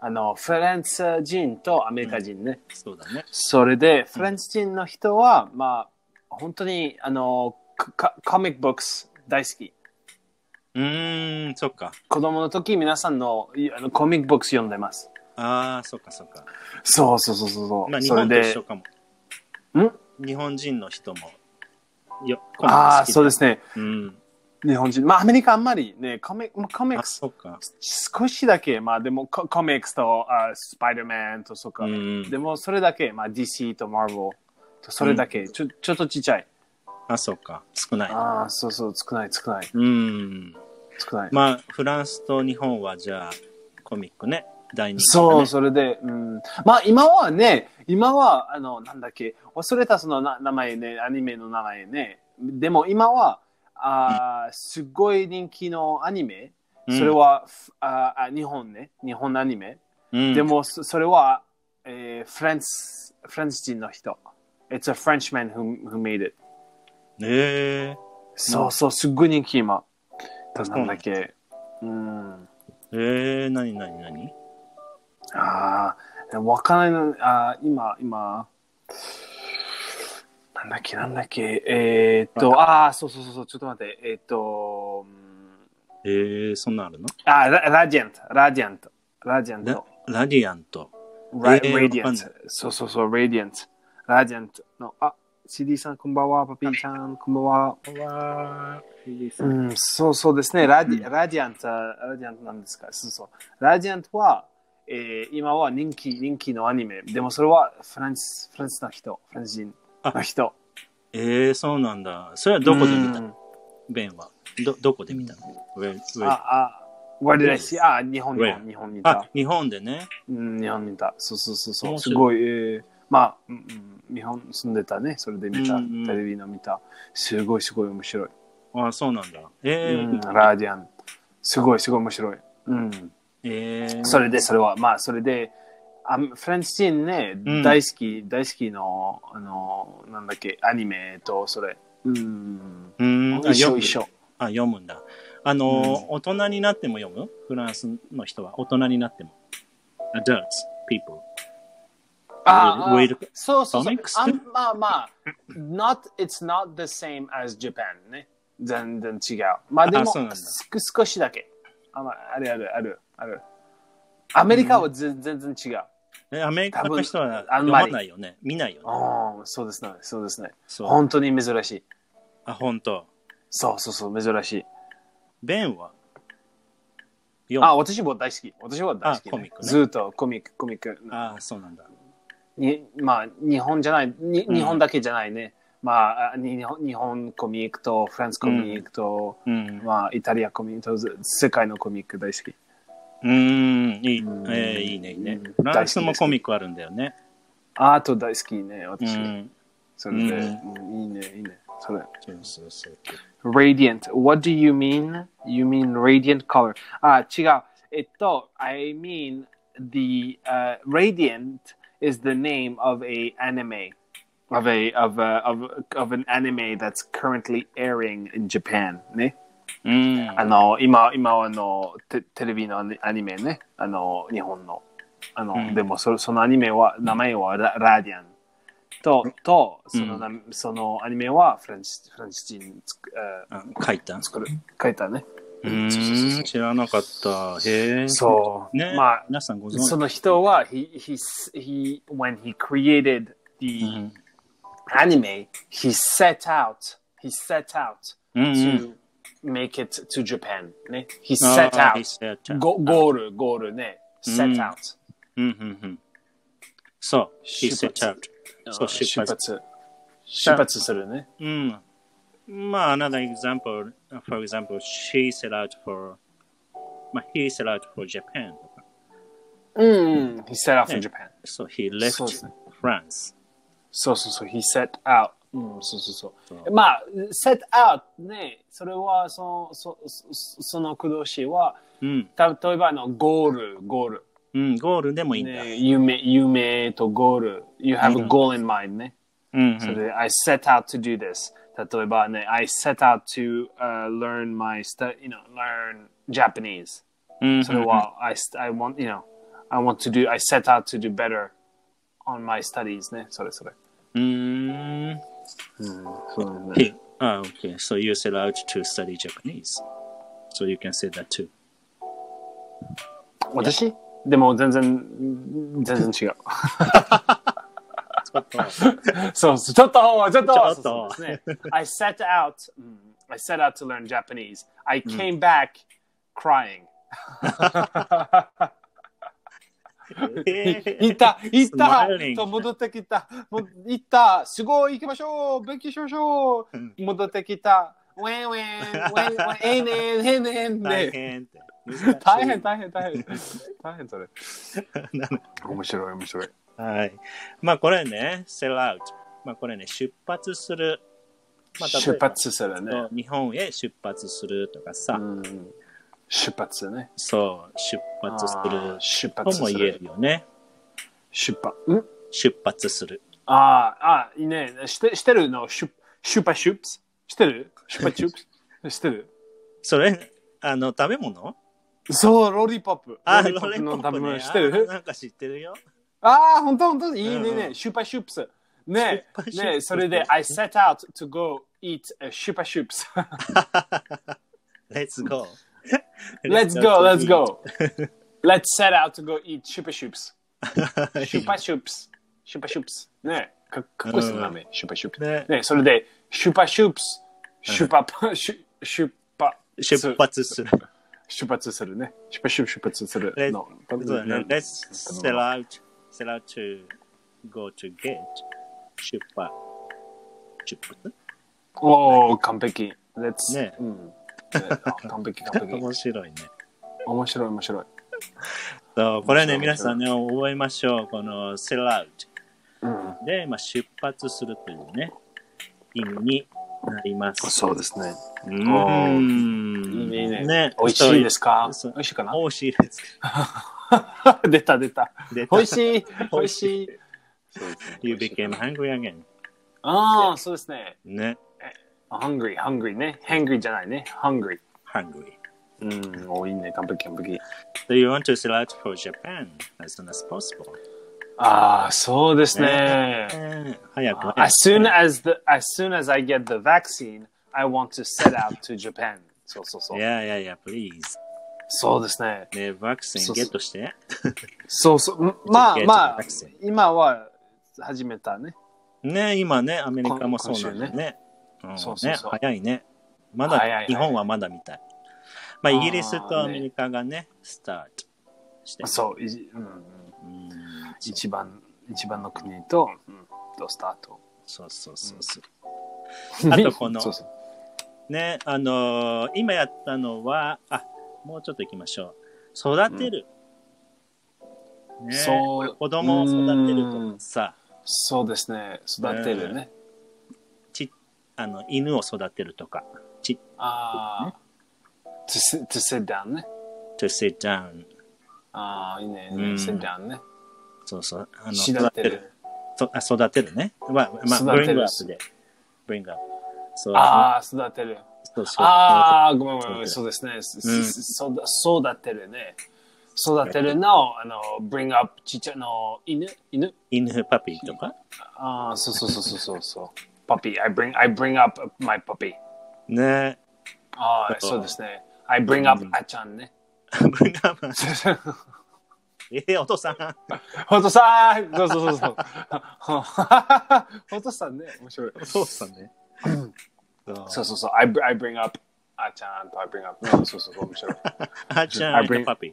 [SPEAKER 1] あの、フランス人とアメリカ人ね。
[SPEAKER 2] そうだね。
[SPEAKER 1] それで、フランス人の人は、まあ、本当に、あの、かコミックボックス大好き。
[SPEAKER 2] うーん、そっか。
[SPEAKER 1] 子供の時、皆さんのいあのコミックボックス読んでます。
[SPEAKER 2] ああ、そっかそっか。
[SPEAKER 1] そうそうそうそうそう。
[SPEAKER 2] まあ日
[SPEAKER 1] それ
[SPEAKER 2] 本と
[SPEAKER 1] で
[SPEAKER 2] 一緒、かも。
[SPEAKER 1] ん
[SPEAKER 2] 日本人の人も。よ。
[SPEAKER 1] ああ、そうですすね。
[SPEAKER 2] うん。
[SPEAKER 1] 日本人。まあ、アメリカあんまりね、コミまあコミッ
[SPEAKER 2] あ、
[SPEAKER 1] クス
[SPEAKER 2] そっか。
[SPEAKER 1] 少しだけ、まあでもココミックスとあスパイダーマンとそっか、
[SPEAKER 2] うん
[SPEAKER 1] でもそれだけ、まあ DC とマーヴルとそれだけ、ちょちょっとちっちゃい。
[SPEAKER 2] あ、そっか。少ない。
[SPEAKER 1] ああ、そうそう、少ない少ない
[SPEAKER 2] うん。
[SPEAKER 1] 少ない。
[SPEAKER 2] まあ、フランスと日本はじゃあ、コミックね、大人気、ね。
[SPEAKER 1] そう、それで、うん。まあ今はね、今は、あの、なんだっけ、忘れたそのな名前ね、アニメの名前ね。でも今は、あーすっごい人気のアニメ、
[SPEAKER 2] うん
[SPEAKER 1] それ、は、ふあーあ日本ね、日本のアニメ。
[SPEAKER 2] うん
[SPEAKER 1] で、もそそれは、えーフランスフランス人の人。It's a Frenchman who, who made it.
[SPEAKER 2] え
[SPEAKER 1] そうそう、すっごい人気今。となんだっけ。うん。
[SPEAKER 2] ー、えー、なになになに
[SPEAKER 1] ああ、わからないの、あー今、今、なんだっけ、なんだっけ、えー、っと、ああー、そうそうそうそう、ちょっと待って、えー、っと、うん
[SPEAKER 2] えー、そんなんあるの
[SPEAKER 1] あーラ、ラジアント、ラジアント、ラジアン
[SPEAKER 2] ラ
[SPEAKER 1] ト、
[SPEAKER 2] ラディアント。
[SPEAKER 1] ラ
[SPEAKER 2] えー
[SPEAKER 1] ラディアン
[SPEAKER 2] わ
[SPEAKER 1] ト、そうそうそう、ラディアント、ラジアントの、あ、CD さん、こんばんは、パピーちゃん、こんばんは。
[SPEAKER 2] わ
[SPEAKER 1] う
[SPEAKER 2] ー
[SPEAKER 1] ん、そうそうですね。ラディ,、
[SPEAKER 2] う
[SPEAKER 1] ラディアント、ラディアントなんですか。そうそう。ラディアントは、えー今は人気、人気のアニメ。でもそれはフランス、フランスの人、フランス人の人。
[SPEAKER 2] えー、そうなんだ。それはどこで見た
[SPEAKER 1] う
[SPEAKER 2] の
[SPEAKER 1] ん
[SPEAKER 2] ベンは。ど、どこで見たの、Where- where-
[SPEAKER 1] あ、あ、我らしい。あ、日本、日
[SPEAKER 2] Where？
[SPEAKER 1] 本、日本見
[SPEAKER 2] あ
[SPEAKER 1] た。、
[SPEAKER 2] 日本でね。
[SPEAKER 1] うん、日本見た。そうそうそうそ
[SPEAKER 2] 面
[SPEAKER 1] う。す
[SPEAKER 2] 白い
[SPEAKER 1] ごい、えーまあ、うんうん、日本住んでたね。それで見た。
[SPEAKER 2] うんうん
[SPEAKER 1] テレビの見た。すごい、すごい面白い。
[SPEAKER 2] あ、そうなんだ。えー、
[SPEAKER 1] うん、ラディアント。すごい、すごい面白い。うん。
[SPEAKER 2] えー、
[SPEAKER 1] それで、それは、まあ、それで、あフランス人ね、
[SPEAKER 2] うん
[SPEAKER 1] 大好き、大好きの、あの、なんだっけ、アニメと、それ。うん。
[SPEAKER 2] うーん、あ
[SPEAKER 1] 一緒
[SPEAKER 2] 読む
[SPEAKER 1] 一緒。
[SPEAKER 2] あ、読むんだ。あの、大人になっても読むフランスの人は大人になっても。adults, people.
[SPEAKER 1] ああ
[SPEAKER 2] ウェル、
[SPEAKER 1] そうそうそう
[SPEAKER 2] コミック。ス
[SPEAKER 1] あんまあまあ、not, it's not the same as Japan ね。全然違う。まあでも、
[SPEAKER 2] そうなんだ
[SPEAKER 1] す少しだけ。あまああるあるあるある。アメリカはぜ全然違う。
[SPEAKER 2] えアメリカの人は
[SPEAKER 1] 多分あん
[SPEAKER 2] 読
[SPEAKER 1] まり
[SPEAKER 2] まないよね。見ないよね。
[SPEAKER 1] ああ、そうですね。そうですね。
[SPEAKER 2] そう。
[SPEAKER 1] 本当に珍しい。
[SPEAKER 2] あ、本当。
[SPEAKER 1] そうそうそう、珍しい。
[SPEAKER 2] ベンは読む
[SPEAKER 1] あ、私も大好き。私も大好き、
[SPEAKER 2] あコミックね
[SPEAKER 1] ずっとコミック、コミック。
[SPEAKER 2] あ、そうなんだ。
[SPEAKER 1] にまあ、日本じゃない、に
[SPEAKER 2] うん
[SPEAKER 1] 日本だけじゃないね。まああ、に日本日本コミックと、フランスコミックと、
[SPEAKER 2] うん。
[SPEAKER 1] まあ、イタリアコミックと、ず世界のコミック大好き。
[SPEAKER 2] うーん、いい、
[SPEAKER 1] うん
[SPEAKER 2] えーいいね、いいね
[SPEAKER 1] うん。
[SPEAKER 2] フランスもコミックあるんだよね。
[SPEAKER 1] アート大好きね、
[SPEAKER 2] う
[SPEAKER 1] 私。
[SPEAKER 2] ん。
[SPEAKER 1] それで、う
[SPEAKER 2] う
[SPEAKER 1] んいいね、いいね。それ。
[SPEAKER 2] そうそうそう。
[SPEAKER 1] Radiant. What do you mean? You mean radiant color. あ、違う。えっと、I mean the、uh, radiant is the name of a anime. Of a of a of of an anime that's currently airing in Japan ね。
[SPEAKER 2] うん。
[SPEAKER 1] あの今今はあのテテレビのアニアニメね。あの日本のあの、
[SPEAKER 2] うん
[SPEAKER 1] でもそそのアニメは名前はララディアンととそのな、そのアニメはフランスフランス人つく、えー
[SPEAKER 2] あ書いた。
[SPEAKER 1] 作る書いたね。
[SPEAKER 2] うーん、知らなかった。へえ。
[SPEAKER 1] そう。
[SPEAKER 2] ね、
[SPEAKER 1] まあ、
[SPEAKER 2] 皆さんご存知
[SPEAKER 1] その人は、he, he, he, when he created
[SPEAKER 2] う
[SPEAKER 1] the
[SPEAKER 2] ん
[SPEAKER 1] anime, he set out, he set out
[SPEAKER 2] うんうん。
[SPEAKER 1] to make it to Japan. ね。He set
[SPEAKER 2] あー
[SPEAKER 1] out.
[SPEAKER 2] セット
[SPEAKER 1] ゴゴール、ゴールね。set out.
[SPEAKER 2] うんうんうん。そう、he
[SPEAKER 1] 出
[SPEAKER 2] set
[SPEAKER 1] 発
[SPEAKER 2] out. そう、出
[SPEAKER 1] 出
[SPEAKER 2] 発。
[SPEAKER 1] 発。出発するね。
[SPEAKER 2] うん。まあ、another example, uh, for example, she set out for, まあ、he set out for Japan とか。
[SPEAKER 1] うん。He set out for
[SPEAKER 2] ね
[SPEAKER 1] Japan.
[SPEAKER 2] So he
[SPEAKER 1] そうです
[SPEAKER 2] left
[SPEAKER 1] ね
[SPEAKER 2] France.
[SPEAKER 1] そうそうそう、he set out。うん、そうそうそう。
[SPEAKER 2] そう
[SPEAKER 1] まあ、set out ね、それはその、そそその駆動詞は、
[SPEAKER 2] うん。
[SPEAKER 1] た例えばあの、ゴール、ゴール。
[SPEAKER 2] うん、ゴールでもいいんだ。
[SPEAKER 1] ね、夢、夢とゴール。You have a
[SPEAKER 2] うん
[SPEAKER 1] goal in mind ね。
[SPEAKER 2] うん
[SPEAKER 1] それで、I set out to do this. 例えばね、I set out to、uh, learn my, stu- you know, learn Japanese.
[SPEAKER 2] うん。
[SPEAKER 1] それは、I, st- I want, you know, I want to do, I set out to do better on my studies ね。それそれ。
[SPEAKER 2] うん。う
[SPEAKER 1] そうで
[SPEAKER 2] ん。
[SPEAKER 1] すね。
[SPEAKER 2] Mm. He- Ah, okay. So you set out to study Japanese. So you can say that too.
[SPEAKER 1] 私でも全然、全然違う。 そうそう、ちょっと、ちょっと、
[SPEAKER 2] ちょっと
[SPEAKER 1] そうそうですね I set out, うん I set out to learn Japanese. I came back crying. 行った、行った、
[SPEAKER 2] Smiling
[SPEAKER 1] と戻ってきた、もう行った、すごい行きましょう、勉強しましょ
[SPEAKER 2] うん
[SPEAKER 1] う、戻ってきた、ウェンウェン、ウェンウェン、ええねん、ええねん
[SPEAKER 2] 大
[SPEAKER 1] ね。
[SPEAKER 2] 変って。
[SPEAKER 1] 大変、大変、大変。大変そ れ。面白い、面白い。
[SPEAKER 2] はい。まあこれね、sell out。まあこれね、出発する。まあ、例えば
[SPEAKER 1] 出発するね。
[SPEAKER 2] そう日本へ出発するとかさ、
[SPEAKER 1] うん出発ね。
[SPEAKER 2] そう、出発す
[SPEAKER 1] あー
[SPEAKER 2] る
[SPEAKER 1] 出
[SPEAKER 2] と
[SPEAKER 1] 発
[SPEAKER 2] も
[SPEAKER 1] す
[SPEAKER 2] 言え
[SPEAKER 1] る。
[SPEAKER 2] るよね。
[SPEAKER 1] 出発。ん
[SPEAKER 2] 出発する。
[SPEAKER 1] ああ、ああ、いいね。して、してるの、シュ、シュパシュプスしてるシュパチュプス してる
[SPEAKER 2] それ、あの、食べ物
[SPEAKER 1] そう、ロリポップ。
[SPEAKER 2] あ、
[SPEAKER 1] ロ
[SPEAKER 2] ロ
[SPEAKER 1] リ
[SPEAKER 2] レ
[SPEAKER 1] ポ
[SPEAKER 2] ポ
[SPEAKER 1] ップの食
[SPEAKER 2] ッ
[SPEAKER 1] べ
[SPEAKER 2] プ、ね、
[SPEAKER 1] 物してる
[SPEAKER 2] あなんか知ってるよ。
[SPEAKER 1] ああ、本当本当いいね
[SPEAKER 2] う
[SPEAKER 1] ね。
[SPEAKER 2] ん
[SPEAKER 1] シュパシュプス。ね
[SPEAKER 2] シュパシュプス
[SPEAKER 1] ねそれで、I set out to go eat a シュパシュ プス。
[SPEAKER 2] Let's go.
[SPEAKER 1] Let's go, let's go. Let's set out to go eat シュパシュプ ス。シュパシュプス。シュパシュプス。ねかかっこいいっすね、
[SPEAKER 2] うん
[SPEAKER 1] 名前。シュパシュプス。
[SPEAKER 2] ね
[SPEAKER 1] ねそれで、シュパシュプス。シュパパ、シュ、シュパ。
[SPEAKER 2] 出発する。
[SPEAKER 1] 出発するね。出発出発する
[SPEAKER 2] Let-
[SPEAKER 1] の。
[SPEAKER 2] そうだね。
[SPEAKER 1] ね
[SPEAKER 2] Let's sell out, sell out to go to get 出発。出発
[SPEAKER 1] おお、完璧。Let's
[SPEAKER 2] ね
[SPEAKER 1] うん。あ完璧完 璧。
[SPEAKER 2] 面白いね。
[SPEAKER 1] 面白い面白い。
[SPEAKER 2] そう、これ
[SPEAKER 1] 面白
[SPEAKER 2] ね、
[SPEAKER 1] い
[SPEAKER 2] 皆さんね、覚えましょう。この sell out。
[SPEAKER 1] うん。
[SPEAKER 2] で、まあ、出発するというね、意味になります。
[SPEAKER 1] そうですね。
[SPEAKER 2] う
[SPEAKER 1] ー
[SPEAKER 2] ん。
[SPEAKER 1] いいね。
[SPEAKER 2] ね
[SPEAKER 1] 美味しいですか
[SPEAKER 2] そう
[SPEAKER 1] 美味しいかな
[SPEAKER 2] 美味しいです。
[SPEAKER 1] 出た出た。
[SPEAKER 2] で
[SPEAKER 1] 美味しい
[SPEAKER 2] 美
[SPEAKER 1] 美
[SPEAKER 2] 味
[SPEAKER 1] 味
[SPEAKER 2] し
[SPEAKER 1] し
[SPEAKER 2] い
[SPEAKER 1] い。
[SPEAKER 2] You became hungry again.
[SPEAKER 1] ああ、そうですね。
[SPEAKER 2] ね。
[SPEAKER 1] Hungry, hungry ね。Hungry じゃないね。Hungry。
[SPEAKER 2] Hungry.
[SPEAKER 1] うん。おいいね。完璧完璧。
[SPEAKER 2] So you want to sell out for Japan as soon as possible.
[SPEAKER 1] ああ、そうですね。
[SPEAKER 2] ね早く。
[SPEAKER 1] As soon as the as soon as I get the vaccine, I want to set out to Japan. そうそうそう。
[SPEAKER 2] Yeah, yeah, yeah, please.
[SPEAKER 1] そうですね。
[SPEAKER 2] ね、ワクチン
[SPEAKER 1] そう
[SPEAKER 2] ゲ
[SPEAKER 1] そう
[SPEAKER 2] ットして。
[SPEAKER 1] そうそう。んまあ
[SPEAKER 2] Get
[SPEAKER 1] まあ
[SPEAKER 2] vaccine、
[SPEAKER 1] 今は始めたね。
[SPEAKER 2] ね、今ね、アメリカもそうなんだよ
[SPEAKER 1] 今
[SPEAKER 2] ね。うん
[SPEAKER 1] そうそう
[SPEAKER 2] ね、
[SPEAKER 1] そう
[SPEAKER 2] 早いね。まだ
[SPEAKER 1] 早い、
[SPEAKER 2] 日本はまだみたい。まあ、イギリスと
[SPEAKER 1] あー
[SPEAKER 2] アメリカがね、スタートして。
[SPEAKER 1] そう、いじうん、
[SPEAKER 2] うん
[SPEAKER 1] 一番、一番の国と、うん、とスター ト。
[SPEAKER 2] そうそうそうそう。あ とこの
[SPEAKER 1] そうそう
[SPEAKER 2] ね、あのー今やったのは、あ、もうちょっと行きましょう。育てる。ね、
[SPEAKER 1] そう
[SPEAKER 2] 子供を育てるとかさ、
[SPEAKER 1] そうですね。育てるね。
[SPEAKER 2] ち、あの、犬を育てるとか、ち、
[SPEAKER 1] ああ。To sit, to sit down ね。
[SPEAKER 2] to sit down。
[SPEAKER 1] ああ、いいね。
[SPEAKER 2] うん
[SPEAKER 1] sit down ね。
[SPEAKER 2] そうそう。あの、
[SPEAKER 1] 育てる。。
[SPEAKER 2] そあ育てるね。まあ、まあ、
[SPEAKER 1] 育
[SPEAKER 2] ブリ
[SPEAKER 1] て
[SPEAKER 2] ングア
[SPEAKER 1] る
[SPEAKER 2] ップで。ブリングアップ。そう
[SPEAKER 1] ああ、育てる。
[SPEAKER 2] そうそう。
[SPEAKER 1] ああ、ごめんごめんごめん、
[SPEAKER 2] そ
[SPEAKER 1] そうですね。すすそうだ育てるね。育てるの、あの、bring up ちっちゃの犬、犬。
[SPEAKER 2] 犬パピーとか。
[SPEAKER 1] ああ、そうそうそうそうそうそう。puppy, I bring, I bring up my puppy.
[SPEAKER 2] ね
[SPEAKER 1] ああ、
[SPEAKER 2] そう
[SPEAKER 1] そうですね。I bring up
[SPEAKER 2] うん
[SPEAKER 1] あちゃんね。
[SPEAKER 2] ブリングアップ。ええお父さん。
[SPEAKER 1] ほとさんそうそうそうそう。ほとさんね、面白い。
[SPEAKER 2] お父さんね。そ。
[SPEAKER 1] そううそうそう、I, br- I bring up あちゃんと I bring up。うんそうそうそう、面白い。
[SPEAKER 2] あーちゃ
[SPEAKER 1] I
[SPEAKER 2] ん、
[SPEAKER 1] bring-
[SPEAKER 2] パピー。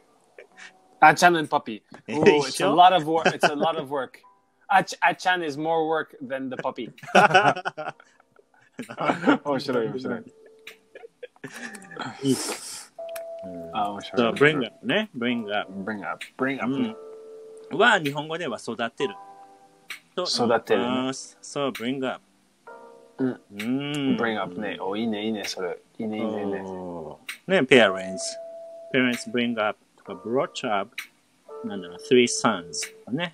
[SPEAKER 1] Achan and puppy. Ooh, it's a
[SPEAKER 2] Sure.
[SPEAKER 1] lot of work. It's a lot of work. Ach- Achan is more work than the puppy. 面白い面白い。
[SPEAKER 2] いい
[SPEAKER 1] あ面白い。
[SPEAKER 2] そう、ブリングアップね。ブリングアッ
[SPEAKER 1] Bring up. Bring up.
[SPEAKER 2] うんプは日本語では育てる。と
[SPEAKER 1] 育てるね
[SPEAKER 2] あーそう、ブリングアップ。
[SPEAKER 1] うん
[SPEAKER 2] うん。
[SPEAKER 1] Bring up oh, ね。おいいねいいねそれ。いいねいいねいいね。
[SPEAKER 2] ね、parents。parents bring up とか brought up なんだろう、three sons とかね。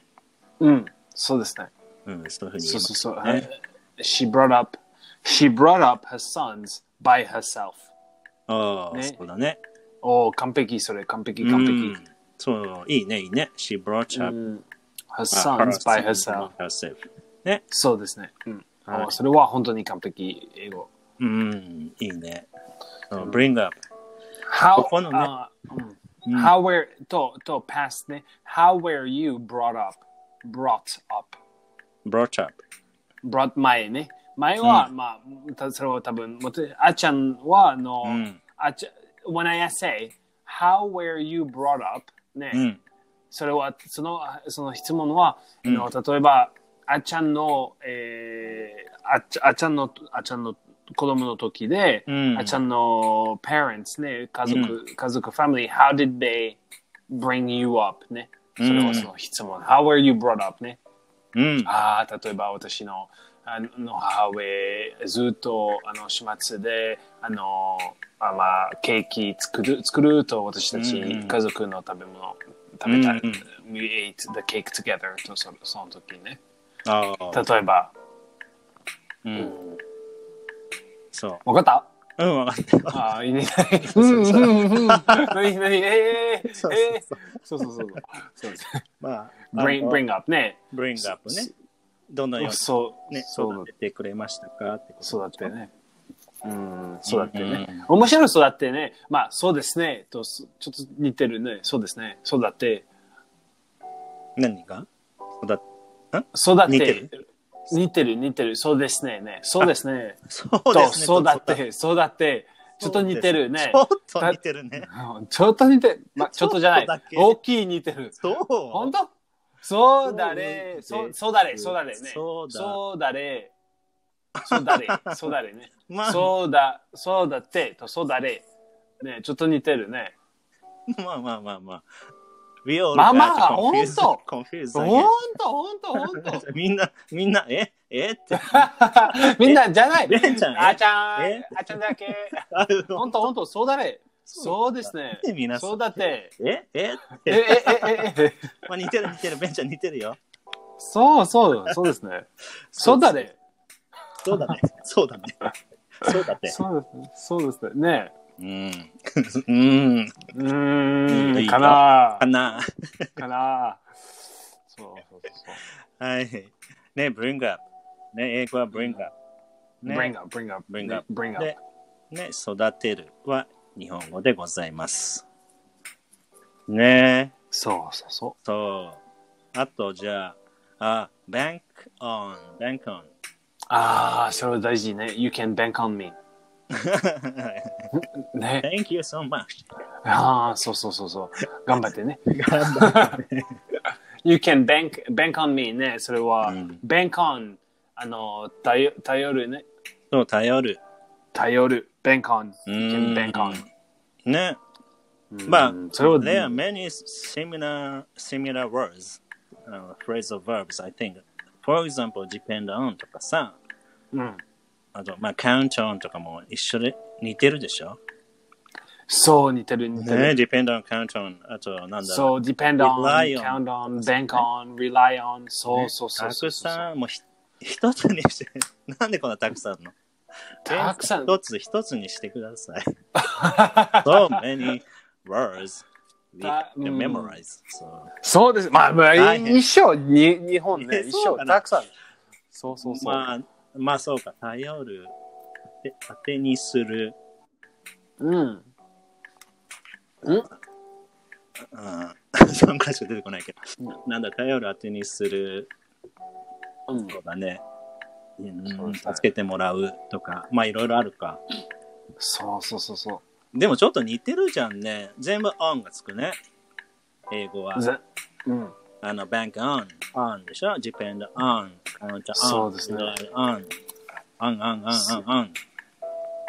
[SPEAKER 1] うん。そうですね。
[SPEAKER 2] うん、そういうふうに言い
[SPEAKER 1] そ
[SPEAKER 2] ま
[SPEAKER 1] う
[SPEAKER 2] す
[SPEAKER 1] そうそう。は
[SPEAKER 2] ね
[SPEAKER 1] い。She brought up. She brought up her sons by herself. Oh,
[SPEAKER 2] ああ、
[SPEAKER 1] ね
[SPEAKER 2] そうだね。
[SPEAKER 1] おお完璧それ完璧完
[SPEAKER 2] う
[SPEAKER 1] 璧。
[SPEAKER 2] んそう、いいね、いいね。She brought
[SPEAKER 1] う
[SPEAKER 2] up
[SPEAKER 1] ん Ah, Her
[SPEAKER 2] her
[SPEAKER 1] sons by herself.
[SPEAKER 2] herself. ね。
[SPEAKER 1] そうですね。うん。
[SPEAKER 2] はい
[SPEAKER 1] Mm. Oh, あそれは本当に完璧英語。
[SPEAKER 2] うん、いいね。そう bring up.
[SPEAKER 1] How
[SPEAKER 2] ここのね
[SPEAKER 1] あうん
[SPEAKER 2] うん
[SPEAKER 1] How were とと past ね。How were you brought up? Brought up.
[SPEAKER 2] brought up.
[SPEAKER 1] brought 前ね。前は、
[SPEAKER 2] う
[SPEAKER 1] まあ、たそれは多分、もてあっちゃんは、あの、
[SPEAKER 2] うん
[SPEAKER 1] あっちゃ when I say, how were you brought up? ね、
[SPEAKER 2] うん。
[SPEAKER 1] それは、その、その質問は、あの例えば、あっちゃんの、えー、あっちゃあっちゃんの、あっちゃんの子供の時で、
[SPEAKER 2] うん
[SPEAKER 1] あっちゃんの parents ね、家族、家族、family, how did they bring you up? ね。それはその質問、how were you brought up? ね。
[SPEAKER 2] うん。
[SPEAKER 1] ああ、例えば私のあの母上、ずっとあの始末で、あの、あまあ、ケーキ作る、作ると私たち
[SPEAKER 2] うん
[SPEAKER 1] 家族の食べ物、食べたい。
[SPEAKER 2] うん
[SPEAKER 1] We ate the cake together とそその時ね。
[SPEAKER 2] ああ、
[SPEAKER 1] 例えば、
[SPEAKER 2] うん、そ
[SPEAKER 1] わかった
[SPEAKER 2] う。うん、わかった。
[SPEAKER 1] ああ、いいね。うんうん うん。何何えー、えー、
[SPEAKER 2] そうそ
[SPEAKER 1] そうそう
[SPEAKER 2] うそう
[SPEAKER 1] そう。そうです。
[SPEAKER 2] まあ、
[SPEAKER 1] bring, bring up ね。
[SPEAKER 2] ブリングアップね。どのよう
[SPEAKER 1] そう、
[SPEAKER 2] にね、
[SPEAKER 1] そうだ
[SPEAKER 2] 育ててくれましたかってこ
[SPEAKER 1] 育
[SPEAKER 2] と。
[SPEAKER 1] ってね。うん、育ってね
[SPEAKER 2] うん。
[SPEAKER 1] 面白い育ってね。まあ、そうですね。と、すちょっと似てるね。そうですね。育って。
[SPEAKER 2] 何が育っ
[SPEAKER 1] 育って。
[SPEAKER 2] 似てる
[SPEAKER 1] 似てる、似てる。そうですね。ねそうですね。
[SPEAKER 2] そう
[SPEAKER 1] と、
[SPEAKER 2] ですね。
[SPEAKER 1] そうだっ
[SPEAKER 2] そう。
[SPEAKER 1] て、そうだって。ちょっと似てるね
[SPEAKER 2] ち。ょっと似てるね。
[SPEAKER 1] ちょっと似てる。まあ、ちょっとじゃな
[SPEAKER 2] ちょっと
[SPEAKER 1] い
[SPEAKER 2] だ。け
[SPEAKER 1] 大きい似てる。
[SPEAKER 2] そう。
[SPEAKER 1] 本当そうだね。
[SPEAKER 2] そ
[SPEAKER 1] そううそうだね。そうだね。
[SPEAKER 2] そうだ
[SPEAKER 1] そうだね。そうだね。そうだね。
[SPEAKER 2] まあ、
[SPEAKER 1] そうだ、そうだって、とそうだね。ね、ちょっと似てるね。
[SPEAKER 2] まあまあまあまあ。We all
[SPEAKER 1] まあまあ
[SPEAKER 2] got confused-
[SPEAKER 1] ほん
[SPEAKER 2] confused
[SPEAKER 1] ほ
[SPEAKER 2] again.
[SPEAKER 1] んと、ほんと、ほんと。
[SPEAKER 2] みんな、みんな、ええって。
[SPEAKER 1] みんな、じゃない。
[SPEAKER 2] レンちゃんえ
[SPEAKER 1] あちゃん
[SPEAKER 2] え、
[SPEAKER 1] あちゃんだけ。
[SPEAKER 2] ある
[SPEAKER 1] ほんと、ほんと、そうだね。そうですね。
[SPEAKER 2] 皆さ。
[SPEAKER 1] そうんだって。
[SPEAKER 2] ええっ
[SPEAKER 1] え、え
[SPEAKER 2] て。、
[SPEAKER 1] え、え、え、
[SPEAKER 2] まあ似てる似てる。ベンちゃん似てるよ。
[SPEAKER 1] そうそう、そうですね。そうだね。
[SPEAKER 2] そうだね。そうだね。そうだって。
[SPEAKER 1] そうですね。そうですね。ね
[SPEAKER 2] うん。うん。
[SPEAKER 1] うー
[SPEAKER 2] いい
[SPEAKER 1] ん、
[SPEAKER 2] よ
[SPEAKER 1] かな
[SPEAKER 2] かな。
[SPEAKER 1] かなそうそうそう。
[SPEAKER 2] はい。ね、bring up。ね、英語は bring up。ね
[SPEAKER 1] bring、up, bring up,
[SPEAKER 2] bring up
[SPEAKER 1] bring up.
[SPEAKER 2] でね、育てるは日本語でございます。ね
[SPEAKER 1] そうそうそ
[SPEAKER 2] そう。あと、じゃあ、あ、bank on, bank on。
[SPEAKER 1] う。ああ、それ大事ね。You can bank on me.ね。
[SPEAKER 2] Thank you so much.
[SPEAKER 1] ああ、そうそうそうそう。頑張ってね。
[SPEAKER 2] 頑張って
[SPEAKER 1] You can bank, bank on me ね。それは、
[SPEAKER 2] うん
[SPEAKER 1] bank on。あの、頼頼るね。
[SPEAKER 2] そう、頼る。
[SPEAKER 1] 頼る。bank on。
[SPEAKER 2] う
[SPEAKER 1] You
[SPEAKER 2] ん
[SPEAKER 1] can bank on。
[SPEAKER 2] ね。
[SPEAKER 1] うん
[SPEAKER 2] まあ
[SPEAKER 1] それを
[SPEAKER 2] There are many similar, similar words,、uh, phrasal verbs, I think. For example, depend on とかさ、
[SPEAKER 1] うん
[SPEAKER 2] あと、まあ、count on とかも一緒で似てるでしょ
[SPEAKER 1] そう、似てる、似て
[SPEAKER 2] ね、
[SPEAKER 1] る。
[SPEAKER 2] depend on, count on, あと、なんだろう。
[SPEAKER 1] そう、depend on,
[SPEAKER 2] Rely on
[SPEAKER 1] count on, bank on, rely on. そうそうそう
[SPEAKER 2] た
[SPEAKER 1] そう
[SPEAKER 2] く
[SPEAKER 1] そう。
[SPEAKER 2] さん、もうひ一つにして、なんでこんなたくさんあるの
[SPEAKER 1] たくさん
[SPEAKER 2] 一つ一つにしてください。so many words we have
[SPEAKER 1] た
[SPEAKER 2] to memorize. So,
[SPEAKER 1] そうです。まあ、まあ、
[SPEAKER 2] 大変
[SPEAKER 1] 一緒、に日本ね、
[SPEAKER 2] え
[SPEAKER 1] 一
[SPEAKER 2] そう
[SPEAKER 1] 緒、
[SPEAKER 2] かな
[SPEAKER 1] たくさん。そうそうそう。
[SPEAKER 2] まあ、まあそうか、頼る、で当てにする、
[SPEAKER 1] うん。
[SPEAKER 2] うん、3回しか 出てこないけど、なんだ、頼る、当てにする
[SPEAKER 1] うん
[SPEAKER 2] とかね、うん
[SPEAKER 1] そうです
[SPEAKER 2] 助
[SPEAKER 1] ね
[SPEAKER 2] けてもらうとか、まあいろいろあるか。
[SPEAKER 1] そうそうそうそ
[SPEAKER 2] でもちょっと似てるじゃんね。全部 on がつくね。英語は
[SPEAKER 1] う。。ぜうん。
[SPEAKER 2] あの、bank on, on でしょ ?depend on, count on,
[SPEAKER 1] そうですね
[SPEAKER 2] rely on, on, on, on, on,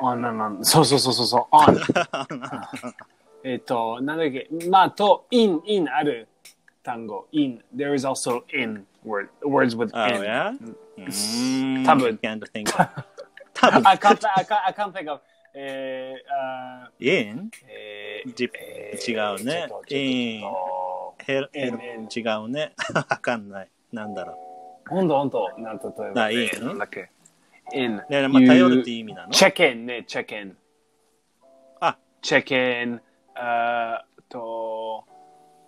[SPEAKER 1] あ、なんなん、そうそうそうそうそう、on。えっと、なんだっけ、まあ、と、in、in ある単語、in。There is also in word, words with
[SPEAKER 2] on. Oh,
[SPEAKER 1] in.
[SPEAKER 2] yeah?
[SPEAKER 1] 多分
[SPEAKER 2] can't think of. 多分
[SPEAKER 1] I can't, I can't, I can't think of, えー、あー
[SPEAKER 2] in?
[SPEAKER 1] えー、
[SPEAKER 2] じ
[SPEAKER 1] え
[SPEAKER 2] 違うね
[SPEAKER 1] ちょっと。
[SPEAKER 2] in.
[SPEAKER 1] ちょっ
[SPEAKER 2] help,
[SPEAKER 1] in,
[SPEAKER 2] help 違うね。 わかんない。なんだろ
[SPEAKER 1] とほんとほんと、なんと、例え
[SPEAKER 2] な
[SPEAKER 1] ば、
[SPEAKER 2] in
[SPEAKER 1] えーなんだっけ、in。
[SPEAKER 2] う。ね、まあ、
[SPEAKER 1] You-
[SPEAKER 2] 頼るって意味なの
[SPEAKER 1] check in ね、check in。
[SPEAKER 2] あ、
[SPEAKER 1] check in、あーと、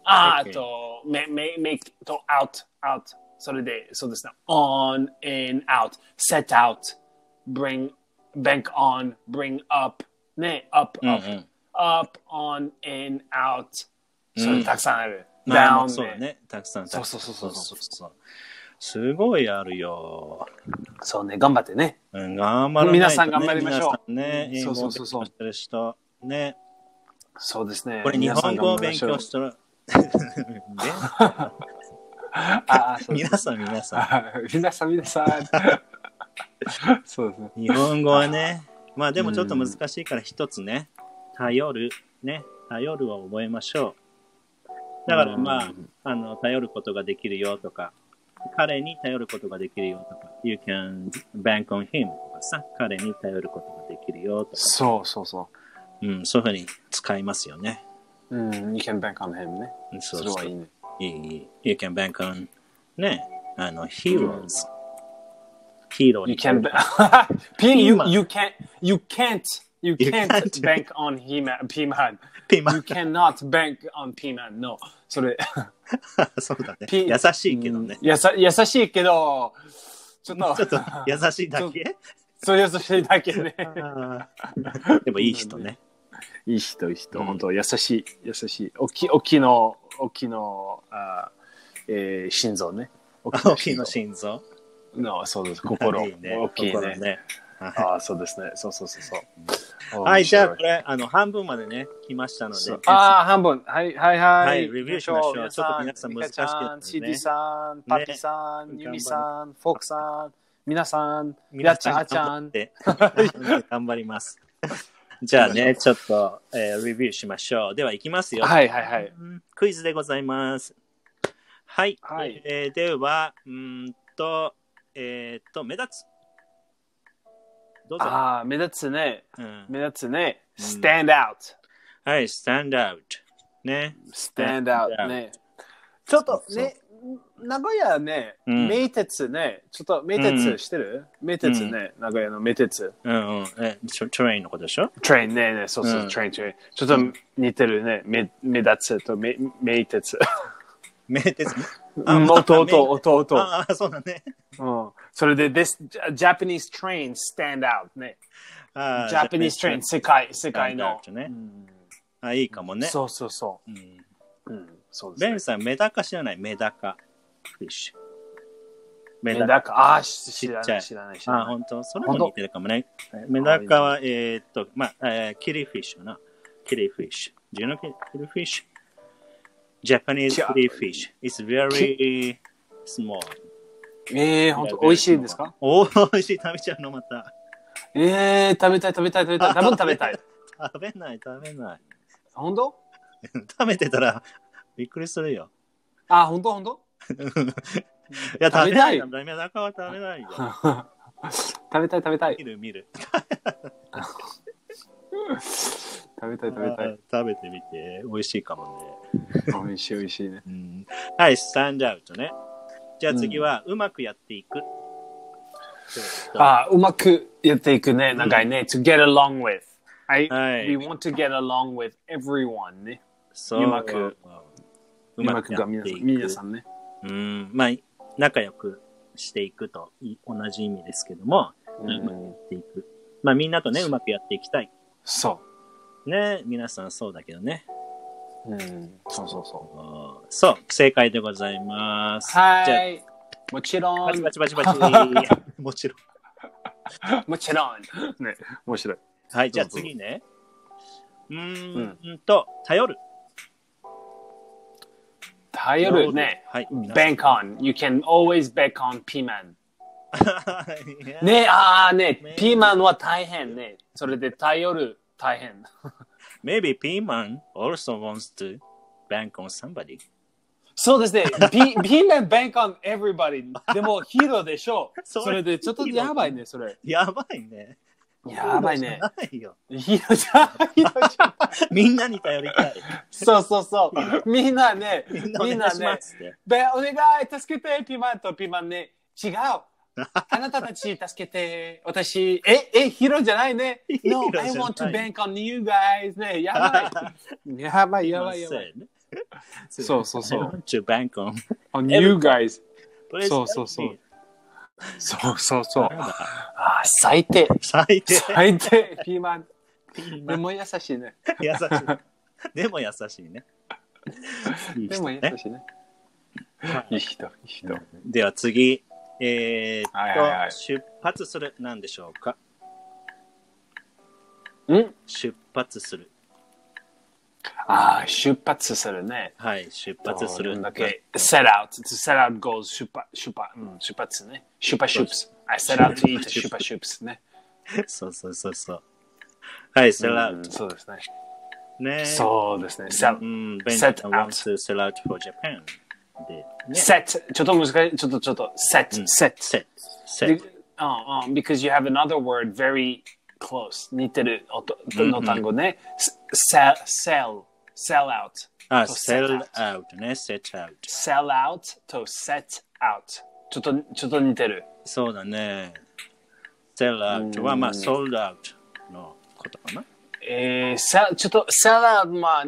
[SPEAKER 1] あ
[SPEAKER 2] Check in
[SPEAKER 1] ーと、め、め、make と out、out。それで、そうですね。on, in, out, set out, bring, bank on, bring up, ね、up,
[SPEAKER 2] うんう
[SPEAKER 1] up,
[SPEAKER 2] ん
[SPEAKER 1] up, on, in, out。
[SPEAKER 2] うん
[SPEAKER 1] それたくさんある。
[SPEAKER 2] まあまあ
[SPEAKER 1] down
[SPEAKER 2] そうだ。ね。たくさん。
[SPEAKER 1] そうそうそうそう
[SPEAKER 2] そうそう。すごいあるよ。
[SPEAKER 1] そうね、頑張ってね。
[SPEAKER 2] うん頑張らないとね
[SPEAKER 1] 皆さん頑張りましょう
[SPEAKER 2] 皆さんね、英
[SPEAKER 1] そう
[SPEAKER 2] 語
[SPEAKER 1] そ
[SPEAKER 2] を
[SPEAKER 1] うそう
[SPEAKER 2] 勉強してる人。ね。
[SPEAKER 1] そうですね。
[SPEAKER 2] これ日本語を勉強
[SPEAKER 1] て。
[SPEAKER 2] し てる。ね
[SPEAKER 1] ああ、そうです
[SPEAKER 2] 皆さん皆さ
[SPEAKER 1] あ皆さん皆 さん。そうですね。
[SPEAKER 2] ん。日本語は ね、まあでもちょっと難しいから一つね、頼る、ね、頼るを覚えましょう。だからまあ
[SPEAKER 1] う、
[SPEAKER 2] あの、頼ることができるよとか、彼に頼ることができるよとか、you can bank on him とかさ、彼に頼ることができるよとか、
[SPEAKER 1] そうそうそ
[SPEAKER 2] うん、そういうふうに使いますよね。
[SPEAKER 1] うん、意見弁関編ね。
[SPEAKER 2] そ
[SPEAKER 1] そうれ
[SPEAKER 2] そ
[SPEAKER 1] は
[SPEAKER 2] う
[SPEAKER 1] いい。ね。
[SPEAKER 2] いい、You can bank on ね、あの、heroes。ヒーロー
[SPEAKER 1] You
[SPEAKER 2] に。
[SPEAKER 1] can P you
[SPEAKER 2] P-man.
[SPEAKER 1] you can't you can't you
[SPEAKER 2] You
[SPEAKER 1] can't
[SPEAKER 2] can't.
[SPEAKER 1] bank on him P man.
[SPEAKER 2] P man
[SPEAKER 1] You cannot bank on P man. No. それ
[SPEAKER 2] そうだね。
[SPEAKER 1] P-
[SPEAKER 2] 優しいけどね。
[SPEAKER 1] やさ優しいけど ちょっと
[SPEAKER 2] ちょっと優しいだけ
[SPEAKER 1] それ優しいだけ ね。
[SPEAKER 2] でもいい人ね。
[SPEAKER 1] いい人いい人、
[SPEAKER 2] うん
[SPEAKER 1] 本当優しい優しい。おきおきのおきのあー、えー、心臓ね。お
[SPEAKER 2] 大きいの心臓。
[SPEAKER 1] のそうです心。
[SPEAKER 2] いいね。
[SPEAKER 1] 大きい
[SPEAKER 2] 心
[SPEAKER 1] ね。
[SPEAKER 2] ね。はい
[SPEAKER 1] ああそうですね。そうそうそうそう。
[SPEAKER 2] はい、じゃあ
[SPEAKER 1] 面白
[SPEAKER 2] これ、あの、半分までね、来ましたので。
[SPEAKER 1] ああ、半分。はいはいはい。
[SPEAKER 2] はいレビューしましょうちょっと皆さん難
[SPEAKER 1] ミ
[SPEAKER 2] しい
[SPEAKER 1] カちゃ
[SPEAKER 2] や
[SPEAKER 1] ん、
[SPEAKER 2] つね
[SPEAKER 1] CD さん、パピさん、
[SPEAKER 2] ね
[SPEAKER 1] ユミさん、フォークさん、皆さん、や
[SPEAKER 2] 皆
[SPEAKER 1] っち
[SPEAKER 2] さ
[SPEAKER 1] ゃん、あちゃん。
[SPEAKER 2] 頑張って 頑張り ます。じゃあね、ちょっと、えーレビューしましょう。では、行きますよ。
[SPEAKER 1] はいはいはい。
[SPEAKER 2] うんクイズでございます。はい。
[SPEAKER 1] はい
[SPEAKER 2] えーでは、うーんと、えーっと、目立つ。どうぞ。
[SPEAKER 1] ああ、目立つね。
[SPEAKER 2] うん、
[SPEAKER 1] 目立つね。
[SPEAKER 2] うん
[SPEAKER 1] stand out。
[SPEAKER 2] はい、stand out。ね。
[SPEAKER 1] stand
[SPEAKER 2] Stand
[SPEAKER 1] out
[SPEAKER 2] out
[SPEAKER 1] ね。ちょっと
[SPEAKER 2] そう
[SPEAKER 1] ね、名古屋ね、
[SPEAKER 2] うん
[SPEAKER 1] 名鉄ね、ちょっと名鉄してる名鉄ね、名古屋の名鉄。
[SPEAKER 2] うんうん。え、トレインのことでしょ
[SPEAKER 1] train ね、ね、そうそう
[SPEAKER 2] う、ん
[SPEAKER 1] train train。ちょっと似てるね、目目立つと名名鉄。
[SPEAKER 2] 名鉄。
[SPEAKER 1] う
[SPEAKER 2] あ
[SPEAKER 1] ん、
[SPEAKER 2] また
[SPEAKER 1] 弟、
[SPEAKER 2] 名
[SPEAKER 1] 弟。
[SPEAKER 2] ああ、そうだね。
[SPEAKER 1] うん。それで、this Japanese train stand out ね。
[SPEAKER 2] あー
[SPEAKER 1] Japanese train 世界、世界の
[SPEAKER 2] stand。out ね
[SPEAKER 1] うん
[SPEAKER 2] あ、いいかもね。
[SPEAKER 1] そうそうそ
[SPEAKER 2] うん
[SPEAKER 1] う。うん、そうです
[SPEAKER 2] ベ
[SPEAKER 1] ね
[SPEAKER 2] ン。さん、メダカ知らないメダカ。フィッシュ。メ
[SPEAKER 1] メ
[SPEAKER 2] ダカ。
[SPEAKER 1] ダカ、あー、し知ら
[SPEAKER 2] ちっち
[SPEAKER 1] な
[SPEAKER 2] ゃ
[SPEAKER 1] い、知らな
[SPEAKER 2] い
[SPEAKER 1] い、知
[SPEAKER 2] あ、
[SPEAKER 1] らない。
[SPEAKER 2] 本当それ
[SPEAKER 1] ほんと
[SPEAKER 2] も似てるかもね。メダカは、えーっと、まあ、えーキリフィッシュな。キリフィッシュ。Do you know キリフィッシュ ?Japanese キリフィッシュ。It's very small.
[SPEAKER 1] ええ、本当美味しいですか
[SPEAKER 2] おー、美味しい。食べちゃうの、また。
[SPEAKER 1] ええ、食べたい、食べたい、食べたい。多分食べたい。
[SPEAKER 2] 食べない、食べない。
[SPEAKER 1] 本当
[SPEAKER 2] 食べてたら、びっくり するよ。
[SPEAKER 1] あー、本当本当
[SPEAKER 2] いや、
[SPEAKER 1] 食
[SPEAKER 2] 食
[SPEAKER 1] べた
[SPEAKER 2] べないいよ。メダカは食べないよ。
[SPEAKER 1] 食べたい、食べたい
[SPEAKER 2] 見。る、見る。
[SPEAKER 1] 食べたい、食べたい。
[SPEAKER 2] 食べてみて、美味しいかもね。
[SPEAKER 1] 美味しい、美味しいね。
[SPEAKER 2] うんはい、スタンドアウトね。じゃあ次は、うまくやっていく。
[SPEAKER 1] あー、うまくやっていくね、長いね。to get along with. I,
[SPEAKER 2] はい
[SPEAKER 1] we want to get along with everyone ね。
[SPEAKER 2] そう
[SPEAKER 1] うまく、
[SPEAKER 2] う
[SPEAKER 1] うま
[SPEAKER 2] ま
[SPEAKER 1] く
[SPEAKER 2] く
[SPEAKER 1] が
[SPEAKER 2] や
[SPEAKER 1] 皆さ
[SPEAKER 2] って
[SPEAKER 1] ん
[SPEAKER 2] いく。
[SPEAKER 1] 皆さんね。
[SPEAKER 2] うん、まあ、仲良くしていくとい同じ意味ですけども、う
[SPEAKER 1] う
[SPEAKER 2] まくや
[SPEAKER 1] ん
[SPEAKER 2] っていく。まあ、みんなとね、うまくやっていきたい。
[SPEAKER 1] そ
[SPEAKER 2] ね、皆さんそうだけどね。
[SPEAKER 1] う。うん。そうそうそ
[SPEAKER 2] おーそう、正解でございま
[SPEAKER 1] う。
[SPEAKER 2] す。じゃ
[SPEAKER 1] は
[SPEAKER 2] あ、
[SPEAKER 1] い。もちろ
[SPEAKER 2] バチ
[SPEAKER 1] ん
[SPEAKER 2] バ。チバチバ チ。もちろん。
[SPEAKER 1] もちろん。ね、面白い。
[SPEAKER 2] はい、じゃあ次ね。うーんと、頼る。
[SPEAKER 1] 頼るね。
[SPEAKER 2] はい。
[SPEAKER 1] bank on. You can always bank on P-man.
[SPEAKER 2] ね。
[SPEAKER 1] ね、ああね
[SPEAKER 2] ね、
[SPEAKER 1] P-man は大変ね。それで頼る、大変。
[SPEAKER 2] Maybe P-Man also wants to bank on somebody.
[SPEAKER 1] そう ですね。P- P-man bank on everybody. でもヒーローでしょう。
[SPEAKER 2] それ
[SPEAKER 1] それでちょっとやばいね、それ。
[SPEAKER 2] やばいね。
[SPEAKER 1] やばいね。
[SPEAKER 2] ないよ。
[SPEAKER 1] ヒーローじゃ、ヒーローじゃ。
[SPEAKER 2] みんなに頼りたい。
[SPEAKER 1] そうそうそう。みんなね、
[SPEAKER 2] みんなお
[SPEAKER 1] みんな
[SPEAKER 2] 願
[SPEAKER 1] い
[SPEAKER 2] しま
[SPEAKER 1] ね、
[SPEAKER 2] すって。
[SPEAKER 1] べお願い、助けて、ピーマンとピーマンね。違う。あなたたち助けて。私、え、え、ヒーローじゃないね。
[SPEAKER 2] ヒー
[SPEAKER 1] No,
[SPEAKER 2] ローじゃな
[SPEAKER 1] I
[SPEAKER 2] い
[SPEAKER 1] want to bank on you guys ね。やばい。やばい、やばい、やばい。。そうそうそう
[SPEAKER 2] I want to bank on.
[SPEAKER 1] On you guys.
[SPEAKER 2] Please
[SPEAKER 1] そうそうそう
[SPEAKER 2] help me.
[SPEAKER 1] そうそうそう。
[SPEAKER 2] なんだ
[SPEAKER 1] あー、最低。
[SPEAKER 2] 最低。
[SPEAKER 1] 最低、ピーマン。で
[SPEAKER 2] P-Man
[SPEAKER 1] も優しいね。
[SPEAKER 2] 優しい。でも優しいね。いい
[SPEAKER 1] で
[SPEAKER 2] 人
[SPEAKER 1] も優
[SPEAKER 2] ね
[SPEAKER 1] しいね。いい人、いい人。
[SPEAKER 2] では次。えー
[SPEAKER 1] はいはいは
[SPEAKER 2] っ
[SPEAKER 1] い
[SPEAKER 2] と、出発する。なんでしょうか
[SPEAKER 1] ん
[SPEAKER 2] 出発する。
[SPEAKER 1] ああ、出発するね。
[SPEAKER 2] はい、出発する。
[SPEAKER 1] どんだけ set out, to set out goals, 出発、出発、うん、出発ね。出発、出発。I set out to eat, 出発、出発ね。
[SPEAKER 2] そうそうそうそう。はい、セラ
[SPEAKER 1] う
[SPEAKER 2] ウ
[SPEAKER 1] んそうですね。
[SPEAKER 2] ト。ね。
[SPEAKER 1] そうですね。set,
[SPEAKER 2] うん、ベンチ
[SPEAKER 1] set
[SPEAKER 2] さん wants to sell out for Japan. で、ね。
[SPEAKER 1] set ちょっと難しい、ちょっとちょっと、set,
[SPEAKER 2] うん
[SPEAKER 1] set. で
[SPEAKER 2] set, set.
[SPEAKER 1] うんうん oh, because you have another word
[SPEAKER 2] Mm-hmm.
[SPEAKER 1] very close 似てる音の単語ね。s- sell, sell, sell out
[SPEAKER 2] あ、
[SPEAKER 1] そう
[SPEAKER 2] Ah, sell out ね、set out。
[SPEAKER 1] sell out と set out ちょっとちょっと似てる
[SPEAKER 2] そうだね。sell out は、まあ、sold out のことかな。
[SPEAKER 1] えー、sell- ちょっと sell out まあ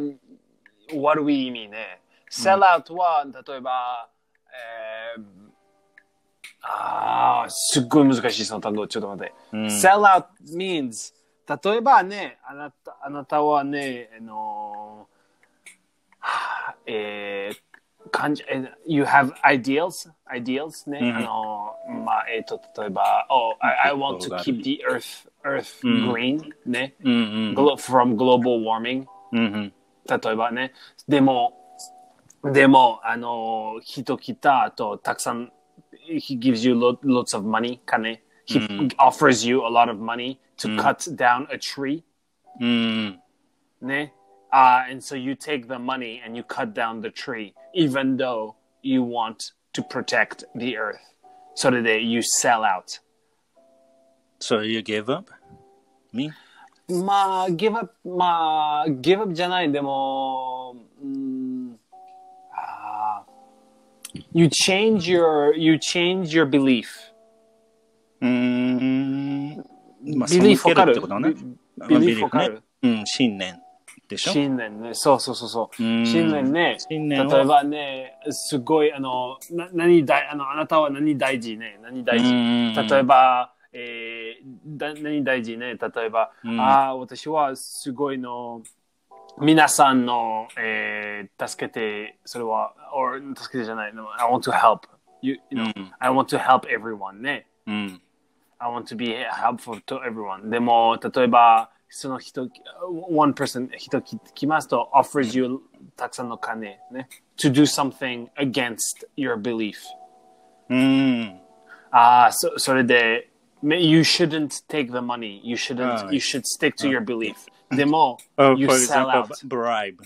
[SPEAKER 1] 悪い意味ね sell out は例えば、えーあーすっごい難しいその単語ちょっと待って、
[SPEAKER 2] うん
[SPEAKER 1] sell out means 例えばねあなたあなたはねあのーはあえー感じえー You have ideals, ideals ね、
[SPEAKER 2] うん
[SPEAKER 1] あのーまあ、えっ、と、例えば、Oh, I, I want
[SPEAKER 2] 結構
[SPEAKER 1] to
[SPEAKER 2] がある
[SPEAKER 1] keep the earth, earth
[SPEAKER 2] うん
[SPEAKER 1] green、ね、
[SPEAKER 2] うんうん。
[SPEAKER 1] glo- from global warming
[SPEAKER 2] うんうん。
[SPEAKER 1] 例えばねでもでもあの人来た後たくさん he gives you lo- lots of money 金 he、offers you a lot of money to cut down a tree
[SPEAKER 2] うん
[SPEAKER 1] ね、uh, and so you take the money and you cut down the tree even though you want to protect the earth それで you sell out
[SPEAKER 2] So you gave up? Me?
[SPEAKER 1] まあ、give up、まあ、give up じゃない、でも、うーん、あー you change your, you change your belief.
[SPEAKER 2] うーん。まあ、
[SPEAKER 1] ビリー
[SPEAKER 2] 背けるってことだね。まあ
[SPEAKER 1] ビリー
[SPEAKER 2] ビリー
[SPEAKER 1] わかる
[SPEAKER 2] ね。うん、信念でしょ
[SPEAKER 1] 新年ね、そうそうそうそう。
[SPEAKER 2] うん
[SPEAKER 1] 新年ね、
[SPEAKER 2] 信念を
[SPEAKER 1] 例えばね、すごい、あの、な何大あの、あなたは何大事ね、何大事。
[SPEAKER 2] うん
[SPEAKER 1] 例えば、えー、だ何大事ね、例えば、
[SPEAKER 2] ん
[SPEAKER 1] ああ、私はすごいの、皆さんの、えー、助けて、それは、or 助けてじゃないの、I want to help. You, you know,、
[SPEAKER 2] うん
[SPEAKER 1] I want to help everyone ね。
[SPEAKER 2] うん。
[SPEAKER 1] I want to be helpful to everyone. でも、例えば、その人、one person、人き来ますと、offers you たくさんの金ね。to do something against your belief.
[SPEAKER 2] うん。
[SPEAKER 1] ああ、そそれで、me- you shouldn't take the money. You shouldn't,
[SPEAKER 2] はい
[SPEAKER 1] you should stick to your belief. でも、
[SPEAKER 2] Oh,
[SPEAKER 1] you
[SPEAKER 2] for
[SPEAKER 1] sell
[SPEAKER 2] example,
[SPEAKER 1] out.
[SPEAKER 2] bribe.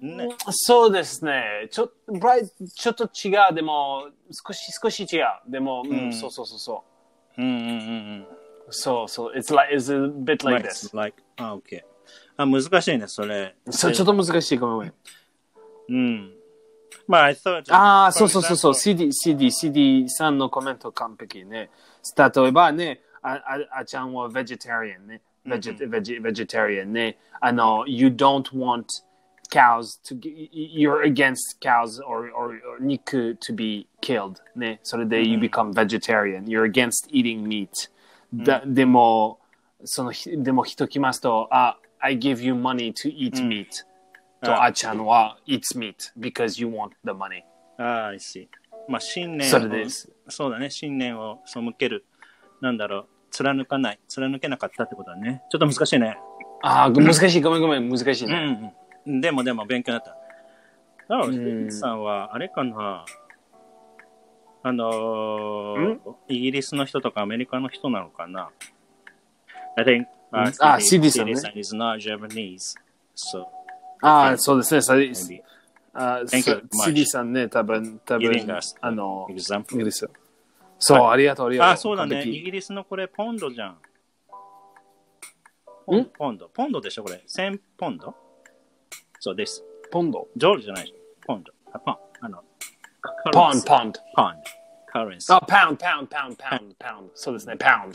[SPEAKER 2] ね。
[SPEAKER 1] そうですね。ちょブライちょっと違う。でも、少し、少し違う。でも、うん、そうそうそうそ
[SPEAKER 2] うんうんうん
[SPEAKER 1] う。そうそう。It's, like, it's a bit
[SPEAKER 2] うん。
[SPEAKER 1] like this.
[SPEAKER 2] like, あ、OK。あ、難しいね、それ。
[SPEAKER 1] そう、ちょっと難しい。ごめんごめん。
[SPEAKER 2] うん。まあ、I thought.
[SPEAKER 1] ああ、
[SPEAKER 2] for
[SPEAKER 1] そうそうそうそう。CD、
[SPEAKER 2] example-
[SPEAKER 1] CD、CD さんのコメント完璧ね。例えばね、あ、あ、あちゃんは vegetarian ね。veget、veget、vegetarian ね。あの、you don't want cows to, g- you're against cows or, or, or 肉 to be killed ね。それで you become vegetarian. You're against eating meat. だ、でも、その、ひでも人来ますと、あ、I "Ah, give you money to eat meat. と、
[SPEAKER 2] あ
[SPEAKER 1] あちゃんは eats meat because you want the money.
[SPEAKER 2] ああ、I see。まあ、信念を
[SPEAKER 1] それです。
[SPEAKER 2] そうだね、信念を背ける。なんだろう、貫かない、貫けなかったってことだね。ちょっと難しいね。
[SPEAKER 1] ああ、難しい。ごめんごめん。難しいね。
[SPEAKER 2] うんうん。でもでも勉強になった。だから、リさんは、あれかな、あのーイギリスの人とかアメリカの人なのかな ?I think,
[SPEAKER 1] うんあ CD さんね
[SPEAKER 2] CD さん is not Japanese. So,
[SPEAKER 1] ああ、そうですね。さ
[SPEAKER 2] maybe
[SPEAKER 1] あー
[SPEAKER 2] Thank you very
[SPEAKER 1] さ CD さんね、多分、多
[SPEAKER 2] giving
[SPEAKER 1] 分
[SPEAKER 2] us、
[SPEAKER 1] あの、イ
[SPEAKER 2] example.
[SPEAKER 1] ギリス。そう、ありがとう、ありがとう。
[SPEAKER 2] あ、そうだね。
[SPEAKER 1] 完
[SPEAKER 2] イ
[SPEAKER 1] 璧
[SPEAKER 2] ギリスのこれ、ポンドじゃん。ポンポンド。ポンドでしょ、これ。1000ポンドそうです。
[SPEAKER 1] ポンド。
[SPEAKER 2] ジョールじゃないでしょ。ポンド。あ、ポン。あの、
[SPEAKER 1] ポン、ポンド。
[SPEAKER 2] ポン。カレンス。
[SPEAKER 1] あ、パウン、パウン、パウン、パウン、パウン。そうですね、パウン。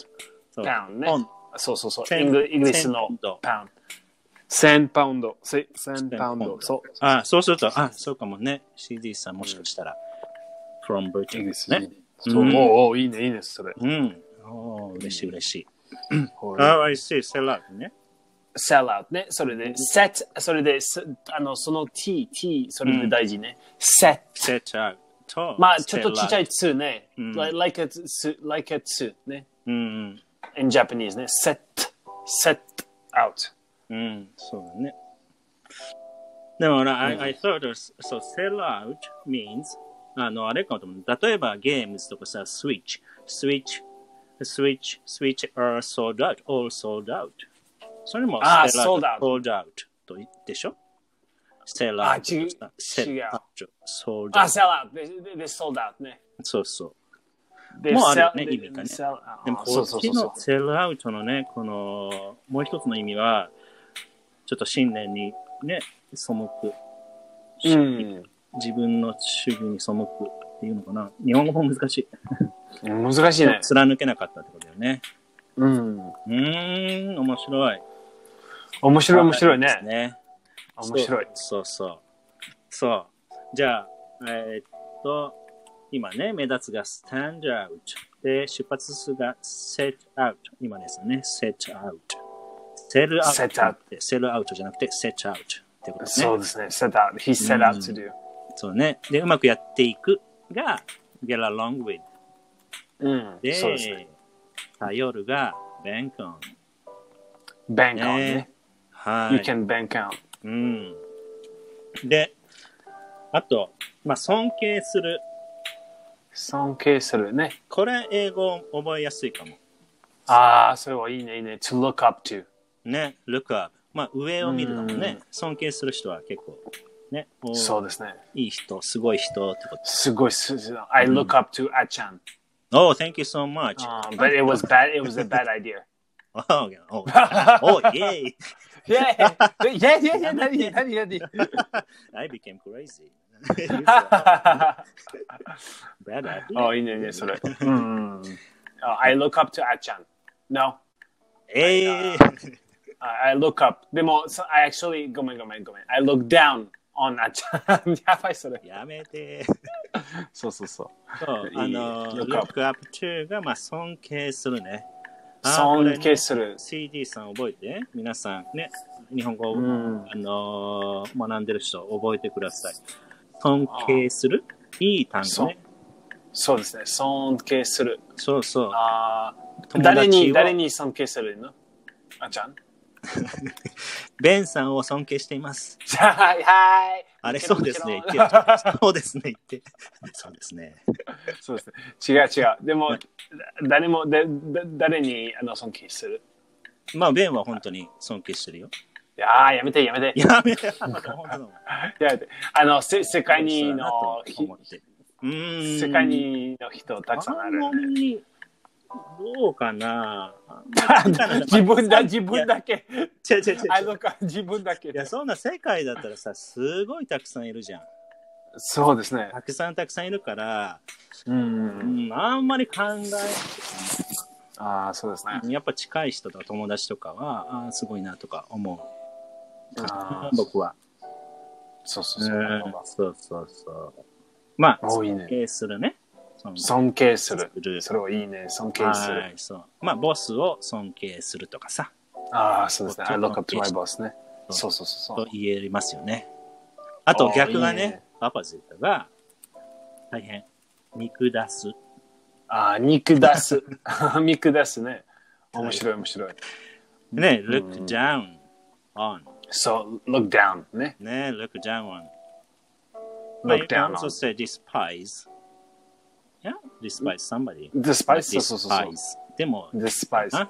[SPEAKER 2] そう
[SPEAKER 1] パウンね
[SPEAKER 2] ポン。
[SPEAKER 1] そうそうそう。
[SPEAKER 2] 千
[SPEAKER 1] イングイギリスの
[SPEAKER 2] 千ポンド
[SPEAKER 1] パウン。1000パウンド。せ1000パウン
[SPEAKER 2] 千ポン
[SPEAKER 1] ド。
[SPEAKER 2] ド
[SPEAKER 1] そう。
[SPEAKER 2] あ、そうすると、あ、そうかもね。CD さんもしかしたら、from
[SPEAKER 1] イギ
[SPEAKER 2] Britain
[SPEAKER 1] リ
[SPEAKER 2] で
[SPEAKER 1] ス
[SPEAKER 2] す
[SPEAKER 1] ね
[SPEAKER 2] ね。。
[SPEAKER 1] そう
[SPEAKER 2] うん
[SPEAKER 1] おうおういいね、いいね、それ。
[SPEAKER 2] うん。おー嬉しい嬉しい。
[SPEAKER 1] ほら
[SPEAKER 2] Oh, I see. Sell out ね。
[SPEAKER 1] sell out ね。それで、set、それで、すあの、その t、t、それで大事ね。set。
[SPEAKER 2] set out と、
[SPEAKER 1] まあ、ちょっとちっちゃ
[SPEAKER 2] い。
[SPEAKER 1] い2ね。
[SPEAKER 2] ん
[SPEAKER 1] like, like a 2, like a 2ね。
[SPEAKER 2] うん。
[SPEAKER 1] in Japanese ね。set, set out.
[SPEAKER 2] うん、そうだね。でも俺、I, I thought, so sell out means, あの、あれかと思う。例えばゲームズとかさ、switch, switch, switch, switch are sold out, all sold out. それも
[SPEAKER 1] あー
[SPEAKER 2] sell out,
[SPEAKER 1] sold
[SPEAKER 2] sold out と言ってしょ ?sell
[SPEAKER 1] あ
[SPEAKER 2] out,
[SPEAKER 1] 違う
[SPEAKER 2] sell
[SPEAKER 1] 違う
[SPEAKER 2] out, sold
[SPEAKER 1] あ、
[SPEAKER 2] out.
[SPEAKER 1] sell out. They, they they sold out ね。
[SPEAKER 2] そうそう。
[SPEAKER 1] They
[SPEAKER 2] もうあるよ
[SPEAKER 1] sell,
[SPEAKER 2] ね
[SPEAKER 1] they-
[SPEAKER 2] 意味
[SPEAKER 1] they
[SPEAKER 2] がね
[SPEAKER 1] sell out.
[SPEAKER 2] でも
[SPEAKER 1] あ
[SPEAKER 2] こ
[SPEAKER 1] そう
[SPEAKER 2] っ
[SPEAKER 1] そう
[SPEAKER 2] ち
[SPEAKER 1] そう
[SPEAKER 2] の
[SPEAKER 1] そ
[SPEAKER 2] セルアウトのね、このもう一つの意味は、ちょっと信念にね、背く。
[SPEAKER 1] うん。
[SPEAKER 2] 自分の主義に背くっていうのかな。日本語も難しい。
[SPEAKER 1] 難しいね。
[SPEAKER 2] 貫けなかったってことだよね。
[SPEAKER 1] うん。
[SPEAKER 2] うーん、面白い。
[SPEAKER 1] 面白い面白い
[SPEAKER 2] です
[SPEAKER 1] ね。
[SPEAKER 2] ね。
[SPEAKER 1] 面白い。
[SPEAKER 2] そうそうそう。そう。じゃあ、えーっと、今ね、目立つが stand out。で、出発するが set out。今ですね、set out。sell out。
[SPEAKER 1] set out。
[SPEAKER 2] sell out じゃなくて set out ってことですね。
[SPEAKER 1] そうですね。set out. He set out to do.
[SPEAKER 2] そうね。で、うまくやっていくが get along with。
[SPEAKER 1] うん。
[SPEAKER 2] で、
[SPEAKER 1] そうですね。
[SPEAKER 2] 頼るが bank on。
[SPEAKER 1] bank on ね。
[SPEAKER 2] はい。
[SPEAKER 1] You can bank on.
[SPEAKER 2] うん。で、あと、まあ、尊敬する。
[SPEAKER 1] 尊敬するね。
[SPEAKER 2] これ、英語覚えやすいかも。
[SPEAKER 1] ああ、それはいいね、いいね。to look up to.
[SPEAKER 2] ね、look up。まあ、上を見るのも
[SPEAKER 1] う
[SPEAKER 2] ね、尊敬する人は結構、ね、お
[SPEAKER 1] そうですね。
[SPEAKER 2] いい人、すごい人ってこ
[SPEAKER 1] すごい、すす I look up to あちゃん。
[SPEAKER 2] と。Oh, thank you so much.
[SPEAKER 1] Uh, but it was bad, it was a bad idea.
[SPEAKER 2] Oh, oh, oh, yay!
[SPEAKER 1] yeah, yeah, yeah, yeah, 何何何
[SPEAKER 2] I became crazy. バラ
[SPEAKER 1] あ、いいね、いいね、それ。うん。あ Hmm. Oh, I look up to あちゃん。No,
[SPEAKER 2] えー
[SPEAKER 1] I I look up. でも、so- I actually, ごめんごめんごめん。I look down on あちゃ ん。やばい、それ。
[SPEAKER 2] やめて。
[SPEAKER 1] そうそうそう。
[SPEAKER 2] そう、あの、
[SPEAKER 1] いい look up
[SPEAKER 2] look up to が、まあ、尊敬するね。あー
[SPEAKER 1] 尊敬する。
[SPEAKER 2] CD さん覚えて、皆さんね、日本語を、
[SPEAKER 1] うん
[SPEAKER 2] あのー学んでる人覚えてください。尊敬するいい単語ね。
[SPEAKER 1] そうですね。尊敬する。
[SPEAKER 2] そうそう。
[SPEAKER 1] あー
[SPEAKER 2] 友
[SPEAKER 1] 誰
[SPEAKER 2] 達
[SPEAKER 1] に、
[SPEAKER 2] を
[SPEAKER 1] 誰に尊敬するのあち ゃん
[SPEAKER 2] ベンさんを尊敬しています。
[SPEAKER 1] はい、はい。
[SPEAKER 2] あれ、そうですね。
[SPEAKER 1] もち
[SPEAKER 2] 言
[SPEAKER 1] ろ
[SPEAKER 2] っ
[SPEAKER 1] ん
[SPEAKER 2] てそうですね。言って。そうですね。
[SPEAKER 1] そうですね。違う違う。でも、誰も、だだ誰にあの尊敬する
[SPEAKER 2] まあ、ベンは本当に尊敬してるよ。
[SPEAKER 1] いやーやめて、やめて。
[SPEAKER 2] や めて。 本当だもん
[SPEAKER 1] やめて。あの、せ世界にの、
[SPEAKER 2] そうだなと思って。うーん。
[SPEAKER 1] 世界にの人たくさんあ
[SPEAKER 2] あん
[SPEAKER 1] る。
[SPEAKER 2] まり、どうかな
[SPEAKER 1] 自分だ、自分だけ。
[SPEAKER 2] 違う違う違う
[SPEAKER 1] あのか、自分だけ
[SPEAKER 2] い。や、そんな世界だったらさ、すごいたくさんいるじゃん。
[SPEAKER 1] そうですね。
[SPEAKER 2] たくさんたくさんいるから、
[SPEAKER 1] う。
[SPEAKER 2] うんん、あんまり考
[SPEAKER 1] ああ、そうですね
[SPEAKER 2] え、。やっぱ近い人とか友達とかは、あーすごいなとか思
[SPEAKER 1] あ
[SPEAKER 2] う。
[SPEAKER 1] ー
[SPEAKER 2] 僕は。
[SPEAKER 1] そうそううそう。
[SPEAKER 2] んそうそうそう。まあ、
[SPEAKER 1] おいいね
[SPEAKER 2] 尊敬するね。尊
[SPEAKER 1] 尊敬する
[SPEAKER 2] す。る
[SPEAKER 1] それはいいね。尊敬す
[SPEAKER 2] は
[SPEAKER 1] る
[SPEAKER 2] い。そう。まあ、ボスを尊敬するとかさ、
[SPEAKER 1] ああ、そうですね。I look up to my
[SPEAKER 2] 尊
[SPEAKER 1] boss ね。そうそうそうそ
[SPEAKER 2] と
[SPEAKER 1] う。
[SPEAKER 2] 言えますよね。あと逆が
[SPEAKER 1] あーいい
[SPEAKER 2] ね
[SPEAKER 1] ね、
[SPEAKER 2] アパジットが、大変、見下す。
[SPEAKER 1] ああ、見下す。 見下すね。面白い面白い。
[SPEAKER 2] ね、look down on。
[SPEAKER 1] そう、look down ね。
[SPEAKER 2] ね、look down on。まあ、you
[SPEAKER 1] look
[SPEAKER 2] can
[SPEAKER 1] down
[SPEAKER 2] also
[SPEAKER 1] on.
[SPEAKER 2] say despise. Yeah, despise somebody.
[SPEAKER 1] despise そうそうそうそう。
[SPEAKER 2] Despise でも、
[SPEAKER 1] despise.
[SPEAKER 2] あ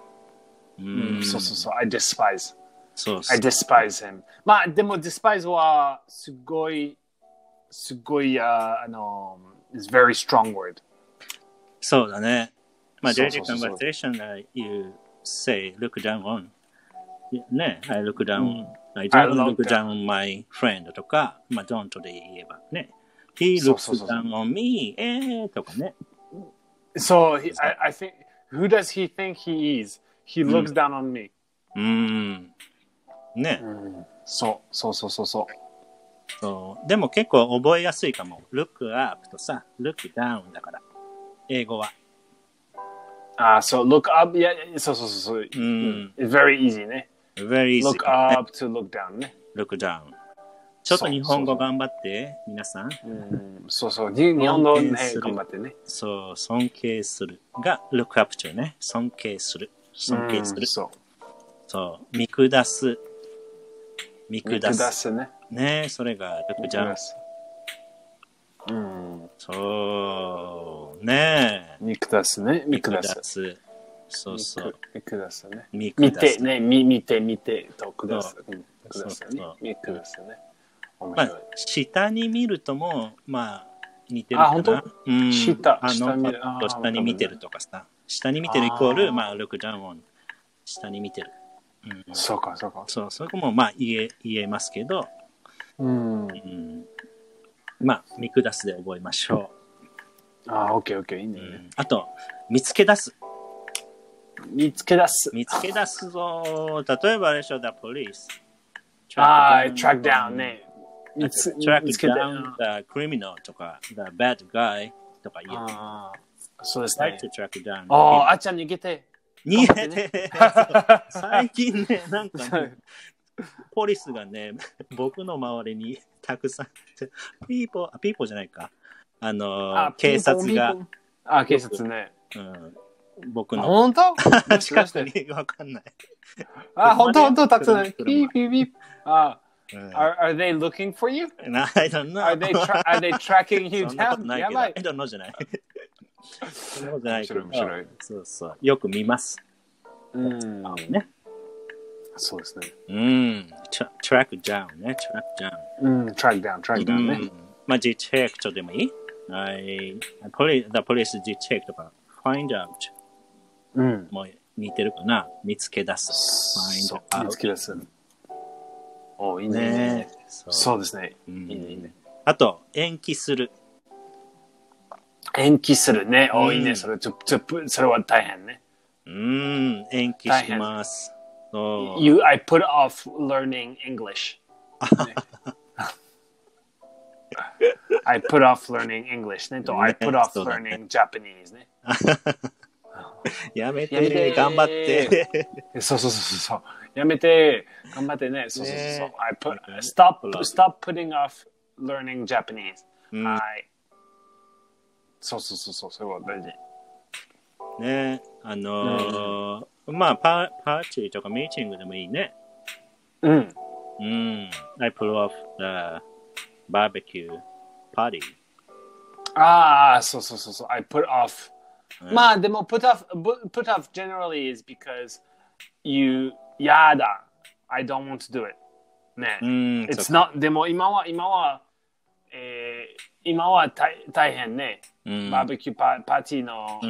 [SPEAKER 2] う
[SPEAKER 1] うん
[SPEAKER 2] ん、
[SPEAKER 1] そうそうそう。I despise.
[SPEAKER 2] そう。
[SPEAKER 1] I despise him. まあでも despise はすごい、すごい、ああの、is very strong word.
[SPEAKER 2] そうだね。まあ、
[SPEAKER 1] そう
[SPEAKER 2] daily
[SPEAKER 1] そうそうそう
[SPEAKER 2] conversation that you say look down on. ね、I look down,
[SPEAKER 1] うん
[SPEAKER 2] I
[SPEAKER 1] I
[SPEAKER 2] don't
[SPEAKER 1] look
[SPEAKER 2] look down on my friend とか、まあ、don't で言えばね。He
[SPEAKER 1] そうそ
[SPEAKER 2] looks
[SPEAKER 1] うそうそう
[SPEAKER 2] down on me, えーとかね。
[SPEAKER 1] So he, I, I think, who does he think he is? He looks down on me.
[SPEAKER 2] うーん。ね、
[SPEAKER 1] そう、そうそうそうそう。
[SPEAKER 2] そう。でも結構覚えやすいかも。look up とさ、look down だから。英語は。
[SPEAKER 1] ああ、そう、look Uh, up, いや、いやそうそうそう。そう
[SPEAKER 2] うん。
[SPEAKER 1] It's very easy ね。
[SPEAKER 2] very easy.
[SPEAKER 1] look up to look down ね。
[SPEAKER 2] look down. ちょっと日本語頑張って、皆さん。
[SPEAKER 1] うん、そうそう。に日本の
[SPEAKER 2] 尊敬
[SPEAKER 1] ね
[SPEAKER 2] す、る
[SPEAKER 1] 頑張ってね。
[SPEAKER 2] そう、尊敬するが、look up to ね。尊敬する。尊敬す
[SPEAKER 1] うん
[SPEAKER 2] る。
[SPEAKER 1] そう。
[SPEAKER 2] そう、見下す。見
[SPEAKER 1] 見
[SPEAKER 2] 下
[SPEAKER 1] 下
[SPEAKER 2] す。
[SPEAKER 1] すね。
[SPEAKER 2] ねそれが look down
[SPEAKER 1] 見下。すうん。
[SPEAKER 2] そう、ね
[SPEAKER 1] 見下すね。見下す。
[SPEAKER 2] す。そうそう。
[SPEAKER 1] 見下すね。
[SPEAKER 2] 見
[SPEAKER 1] 見
[SPEAKER 2] 下
[SPEAKER 1] て
[SPEAKER 2] す。
[SPEAKER 1] ね。見見て見てと下す
[SPEAKER 2] そ。
[SPEAKER 1] うん下すね
[SPEAKER 2] そうそう。
[SPEAKER 1] 見下すね。面
[SPEAKER 2] ま
[SPEAKER 1] 白い
[SPEAKER 2] あ。、下に見るとも、まあ、似てる
[SPEAKER 1] あ
[SPEAKER 2] か
[SPEAKER 1] 本当
[SPEAKER 2] な。うん
[SPEAKER 1] 下
[SPEAKER 2] あ
[SPEAKER 1] 下
[SPEAKER 2] の、
[SPEAKER 1] 見
[SPEAKER 2] パ
[SPEAKER 1] る
[SPEAKER 2] ッと
[SPEAKER 1] あー
[SPEAKER 2] 下に見てるとかさ。下に見てるイコー
[SPEAKER 1] あー
[SPEAKER 2] ル、まあ、look down on。下に見てる。うん、
[SPEAKER 1] そうか、そうか。
[SPEAKER 2] そう、そこもまあ言え、言えますけど、
[SPEAKER 1] うん。
[SPEAKER 2] うん、まあ、見下すで覚えましょ
[SPEAKER 1] あー、オッケーオッケー、いいん
[SPEAKER 2] う。
[SPEAKER 1] だ
[SPEAKER 2] う
[SPEAKER 1] よね。
[SPEAKER 2] ん、あと、見つけ出す。
[SPEAKER 1] 見つけ出す。
[SPEAKER 2] 見つけ出すぞ。例えばあれでしょ、The Police。
[SPEAKER 1] あー、トラックダウンね。見つ
[SPEAKER 2] トラッ
[SPEAKER 1] 見つ
[SPEAKER 2] ク
[SPEAKER 1] けて
[SPEAKER 2] ダウン、The Criminal とか、The Bad Guy とか言え。
[SPEAKER 1] あーそうです
[SPEAKER 2] Try
[SPEAKER 1] ね。
[SPEAKER 2] to track down.
[SPEAKER 1] ああ、あっちゃん逃げて。
[SPEAKER 2] 逃げ
[SPEAKER 1] 頑張って
[SPEAKER 2] て最近ね、な んかね、ポリスがね、僕の周りにたくさん、 ピーポー、あピーポーじゃないか。あのー、警察が、。
[SPEAKER 1] あ、警察ね。
[SPEAKER 2] うん、僕の
[SPEAKER 1] 本 当
[SPEAKER 2] 近くにわかんない。
[SPEAKER 1] あ、本当本当たくさん。ピ
[SPEAKER 2] 車
[SPEAKER 1] ーピーピー。あ、
[SPEAKER 2] うん、
[SPEAKER 1] are, are they looking for you?
[SPEAKER 2] I don't know.
[SPEAKER 1] Are they, tra- are they tracking you
[SPEAKER 2] そんなこと
[SPEAKER 1] down?
[SPEAKER 2] ない
[SPEAKER 1] や
[SPEAKER 2] けど、
[SPEAKER 1] ば
[SPEAKER 2] I
[SPEAKER 1] い。
[SPEAKER 2] don't know じゃない。そんなことないけど。
[SPEAKER 1] 面白い面白い
[SPEAKER 2] そうそう。よく見ます。
[SPEAKER 1] うん。
[SPEAKER 2] ね。
[SPEAKER 1] そうですね。
[SPEAKER 2] うん。トラックダウンね。トラックダウン。
[SPEAKER 1] うん、track down, track down ね。
[SPEAKER 2] まあ、G チェックとでもいい ?I, police, the police G チェックとか、find out
[SPEAKER 1] うん。
[SPEAKER 2] も似てるかな見つけ出す。
[SPEAKER 1] そう
[SPEAKER 2] find out
[SPEAKER 1] 見つけ出す。おいい
[SPEAKER 2] ね
[SPEAKER 1] ね。。
[SPEAKER 2] そ
[SPEAKER 1] そうですね。
[SPEAKER 2] う。うん
[SPEAKER 1] いいね、いいね。
[SPEAKER 2] あと、延期する。
[SPEAKER 1] 延期するね。おいいうね。
[SPEAKER 2] ん
[SPEAKER 1] それ、ちょ、ちょ、それは大変ね。
[SPEAKER 2] うん、延期します。そう。
[SPEAKER 1] You, I put off learning English. I put off learning English ねと、
[SPEAKER 2] ね
[SPEAKER 1] I put off
[SPEAKER 2] そうだね
[SPEAKER 1] learning Japanese ね。
[SPEAKER 2] やめ
[SPEAKER 1] やめ
[SPEAKER 2] て、
[SPEAKER 1] て
[SPEAKER 2] 頑張って。
[SPEAKER 1] そうそうそうそう。やめて、頑張ってね。そうそうそう
[SPEAKER 2] ね。
[SPEAKER 1] I put,
[SPEAKER 2] ね
[SPEAKER 1] stop, stop putting off learning Japanese.
[SPEAKER 2] うん
[SPEAKER 1] はい。そうそうそうそう、それは大事。
[SPEAKER 2] ね、あのー、まあパ、パーティーとかミーティングでもいいね。
[SPEAKER 1] うん。
[SPEAKER 2] うん。I put off the barbecue party.
[SPEAKER 1] ああ、そうそうそうそう。I put off.
[SPEAKER 2] うん
[SPEAKER 1] まあでも put off bu- put off generally is because you やだ。I don't want to do it.
[SPEAKER 2] う
[SPEAKER 1] ね。
[SPEAKER 2] ん、
[SPEAKER 1] It's
[SPEAKER 2] そうか
[SPEAKER 1] not でも今は今は、えー、今は大大変ね。
[SPEAKER 2] うん
[SPEAKER 1] バーベキューパパーティーの
[SPEAKER 2] う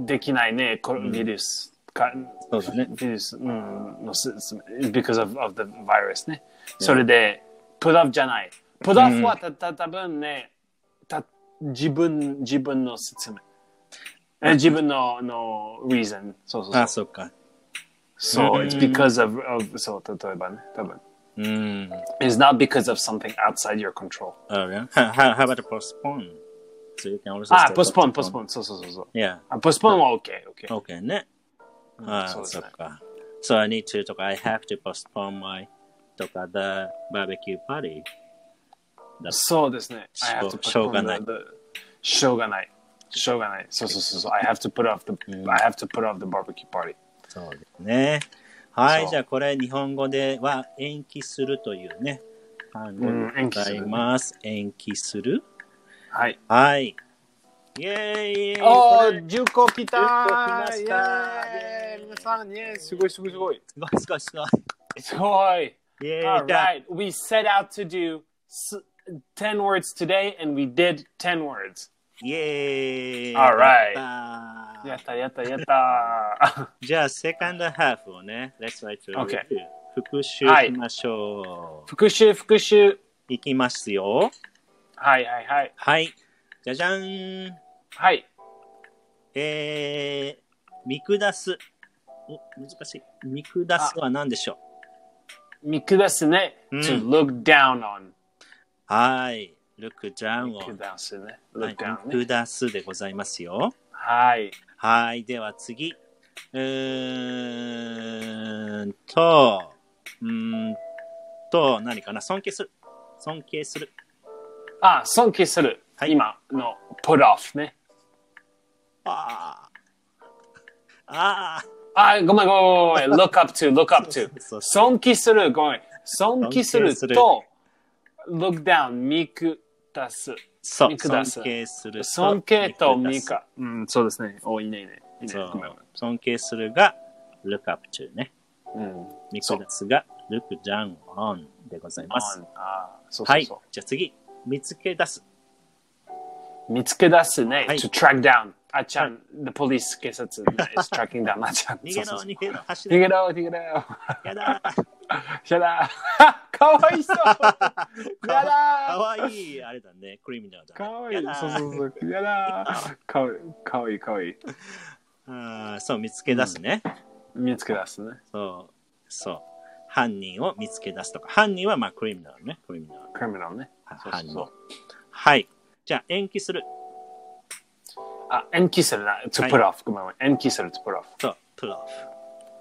[SPEAKER 2] ん、
[SPEAKER 1] できないね、コロウイルスか。
[SPEAKER 2] そうだね。
[SPEAKER 1] ウイルス、うん、のすす because of, of the virus ね。それで、put off じゃない。put off はた、た、多分ね、た、自分、自分の説明。え自分の、の、reason。そうそうそう
[SPEAKER 2] あ、。そっか。
[SPEAKER 1] そう、
[SPEAKER 2] うん
[SPEAKER 1] it's because of, of, そう、例えばね、多分。
[SPEAKER 2] うん。
[SPEAKER 1] it's not because of something outside your control.
[SPEAKER 2] Oh, yeah. How, how how about postpone? So you can also
[SPEAKER 1] あ、
[SPEAKER 2] say
[SPEAKER 1] postpone, postpone. そうそうそうそう。
[SPEAKER 2] Yeah.
[SPEAKER 1] あ、postpone は OK, OK.
[SPEAKER 2] Okay, ね。あ
[SPEAKER 1] そうです
[SPEAKER 2] そ
[SPEAKER 1] ね
[SPEAKER 2] っか。So I need to とか、I have to postpone my とか、the barbecue party.
[SPEAKER 1] そうですね。
[SPEAKER 2] しょ
[SPEAKER 1] I have to put
[SPEAKER 2] しょうがない
[SPEAKER 1] on the- the- しょうがない。しょうがない。そうそうそうそう。I have to put off the、I have to put off the barbecue party.
[SPEAKER 2] そうですね。は
[SPEAKER 1] そ
[SPEAKER 2] い、
[SPEAKER 1] う
[SPEAKER 2] じゃあこれ日本語では延期するというね。単語
[SPEAKER 1] うん
[SPEAKER 2] で
[SPEAKER 1] 延
[SPEAKER 2] ご
[SPEAKER 1] 期す
[SPEAKER 2] ざ
[SPEAKER 1] る
[SPEAKER 2] います。延期する。
[SPEAKER 1] はい。
[SPEAKER 2] はい。イェーイ
[SPEAKER 1] お
[SPEAKER 2] これ
[SPEAKER 1] ー、10個来た
[SPEAKER 2] 10個
[SPEAKER 1] イ
[SPEAKER 2] 来まし
[SPEAKER 1] ェ
[SPEAKER 2] た
[SPEAKER 1] ーイ皆さん、イェーイすごいすごいすごい。
[SPEAKER 2] すごいすごいすごい。
[SPEAKER 1] すごい
[SPEAKER 2] イェーイじゃあ
[SPEAKER 1] Alright, we set out to do s- 10 words today and we did 10 words.
[SPEAKER 2] イエーイ
[SPEAKER 1] Alright.
[SPEAKER 2] やったー
[SPEAKER 1] やったやったや った。
[SPEAKER 2] じゃあ、セカンドハーフをね、Let's try to
[SPEAKER 1] Okay.
[SPEAKER 2] review. 復習しましょう。
[SPEAKER 1] 復習復習。
[SPEAKER 2] い、きますよ。
[SPEAKER 1] はいはいはい。
[SPEAKER 2] はい。じゃじゃん。
[SPEAKER 1] はい。
[SPEAKER 2] えー、見下す。お、難しい。見下すは何でしょ
[SPEAKER 1] 見下すね。
[SPEAKER 2] うん
[SPEAKER 1] to look down on.
[SPEAKER 2] うはい。look down を
[SPEAKER 1] 見。下すね。
[SPEAKER 2] はい
[SPEAKER 1] look down ね
[SPEAKER 2] 見下すでございますよ。
[SPEAKER 1] はい。
[SPEAKER 2] はい。では次。うーんと、うーんと、何かな。尊敬する。尊敬する。
[SPEAKER 1] あ、尊敬する。
[SPEAKER 2] はい
[SPEAKER 1] 今の put off ね。
[SPEAKER 2] ああ。ああ。
[SPEAKER 1] あ、ごめんごめんごめん。look up to, look up to.
[SPEAKER 2] そうそうそ
[SPEAKER 1] 尊敬する、ごめん。尊敬する
[SPEAKER 2] 尊敬する
[SPEAKER 1] と、look down、見下す。
[SPEAKER 2] そう、
[SPEAKER 1] 見下す
[SPEAKER 2] 尊敬する。
[SPEAKER 1] 尊敬と見
[SPEAKER 2] 見下
[SPEAKER 1] 下。うん、そうですね。お、いいねいいね。いい
[SPEAKER 2] す
[SPEAKER 1] ね。
[SPEAKER 2] そ
[SPEAKER 1] ごめん
[SPEAKER 2] う。尊敬するが、look up to ね。
[SPEAKER 1] ごめん。うん。
[SPEAKER 2] 見下すが、look down on でございます。
[SPEAKER 1] あ、そう
[SPEAKER 2] は
[SPEAKER 1] そう
[SPEAKER 2] い
[SPEAKER 1] そ。
[SPEAKER 2] じゃあ次、見つけ出す。
[SPEAKER 1] う。見つけ出すね
[SPEAKER 2] は。い
[SPEAKER 1] to track down。あちゃん、the police 警察 is tracking down あちゃん。
[SPEAKER 2] 逃げ
[SPEAKER 1] そ
[SPEAKER 2] ろ、
[SPEAKER 1] うそうそう
[SPEAKER 2] 逃げろ、走
[SPEAKER 1] 逃
[SPEAKER 2] れ、
[SPEAKER 1] げろ、逃げろ。
[SPEAKER 2] やだー。
[SPEAKER 1] シャダー。 かわいそう。や
[SPEAKER 2] か
[SPEAKER 1] だ
[SPEAKER 2] わいい、あれだね、クリミナルだ、
[SPEAKER 1] ー。
[SPEAKER 2] ね。
[SPEAKER 1] かわい
[SPEAKER 2] や
[SPEAKER 1] い。
[SPEAKER 2] だ
[SPEAKER 1] そう
[SPEAKER 2] ー
[SPEAKER 1] そうそう。やだー。かわいい、かわいい、かわいい。
[SPEAKER 2] あーそう、見つけ出すね、
[SPEAKER 1] 見つけ出すね。
[SPEAKER 2] そう、そう。犯人を見つけ出すとか。犯人はまあ、クリミナルね。クリミナル。
[SPEAKER 1] クリミナルね。
[SPEAKER 2] は
[SPEAKER 1] そうそう
[SPEAKER 2] 犯
[SPEAKER 1] そ
[SPEAKER 2] 人
[SPEAKER 1] う。。
[SPEAKER 2] はい。じゃあ、延期する。
[SPEAKER 1] あ、延期するな。to
[SPEAKER 2] はい
[SPEAKER 1] put off。ごめんごめん。延期する to put off。
[SPEAKER 2] そう、プロ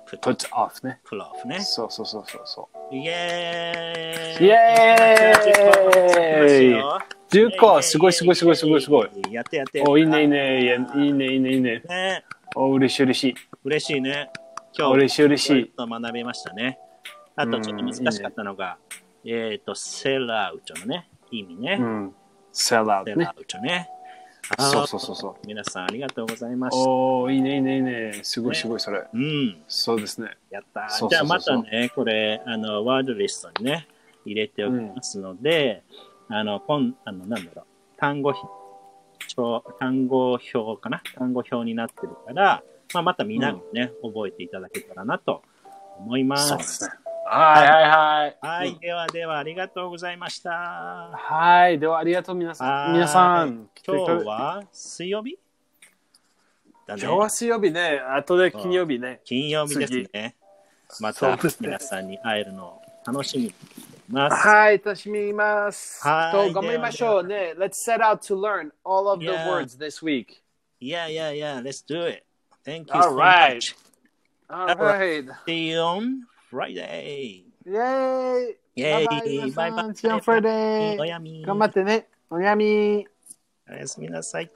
[SPEAKER 2] フ。プロ
[SPEAKER 1] put off ね。
[SPEAKER 2] プロフね。
[SPEAKER 1] そうそうそうそうそう。
[SPEAKER 2] イエーイ
[SPEAKER 1] イエーイ10個、
[SPEAKER 2] 個
[SPEAKER 1] すごいすごいすごいすごいすごい。。
[SPEAKER 2] やってやって。
[SPEAKER 1] お、いいね、いいね、いやいいね、いいね、いいね。
[SPEAKER 2] ね
[SPEAKER 1] お、嬉しい、嬉しい。
[SPEAKER 2] 嬉しいね。今日、
[SPEAKER 1] 嬉しい、嬉しい。
[SPEAKER 2] ちょっと学びましたね。あとちょっと難しかったのが、えっ、と、セラウトのね、意味ね。
[SPEAKER 1] うん。sell
[SPEAKER 2] セ
[SPEAKER 1] out ね
[SPEAKER 2] ラ。ウトね。。
[SPEAKER 1] そうそうそうそう
[SPEAKER 2] 皆さんありがとうございました。
[SPEAKER 1] お、いいね、いいね、いいね。すごい、
[SPEAKER 2] ね
[SPEAKER 1] すごい、それ。
[SPEAKER 2] うん、
[SPEAKER 1] そうですね。
[SPEAKER 2] やったー
[SPEAKER 1] そうそうそうそう
[SPEAKER 2] じゃあまたね、これ、あの、ワードリストにね、入れておきますので、あの、こん、あの、なんだろう、単語表、単語表かな単語表になってるから、まあ、またみんながね、覚えていただけたらなと思いま
[SPEAKER 1] そうですすね。はい、はい、はい。
[SPEAKER 2] はい、ではではありがとうございました。
[SPEAKER 1] はい、ではありがとう皆さ
[SPEAKER 2] はい
[SPEAKER 1] ん。皆さん、
[SPEAKER 2] 今日は水曜日だね
[SPEAKER 1] 今日。は水曜日ね、あとで金曜日ね。
[SPEAKER 2] 金曜日ですね。ま
[SPEAKER 1] そ
[SPEAKER 2] た
[SPEAKER 1] うですね
[SPEAKER 2] 皆さんに会えるのを楽しみにしています。
[SPEAKER 1] はい、楽しみます。
[SPEAKER 2] はい
[SPEAKER 1] と頑張りましょうね。Let's set out to learn all of the
[SPEAKER 2] Yeah.
[SPEAKER 1] words this week.
[SPEAKER 2] Yeah, yeah, yeah, let's do it. Thank you so
[SPEAKER 1] All right.
[SPEAKER 2] much.
[SPEAKER 1] All right.
[SPEAKER 2] See you on Friday.
[SPEAKER 1] Yay!
[SPEAKER 2] Yay,
[SPEAKER 1] バイバイ皆さん
[SPEAKER 2] bye bye.
[SPEAKER 1] See you on Friday.
[SPEAKER 2] おやみ。
[SPEAKER 1] 頑張ってね。おやみ。
[SPEAKER 2] おやすみなさい。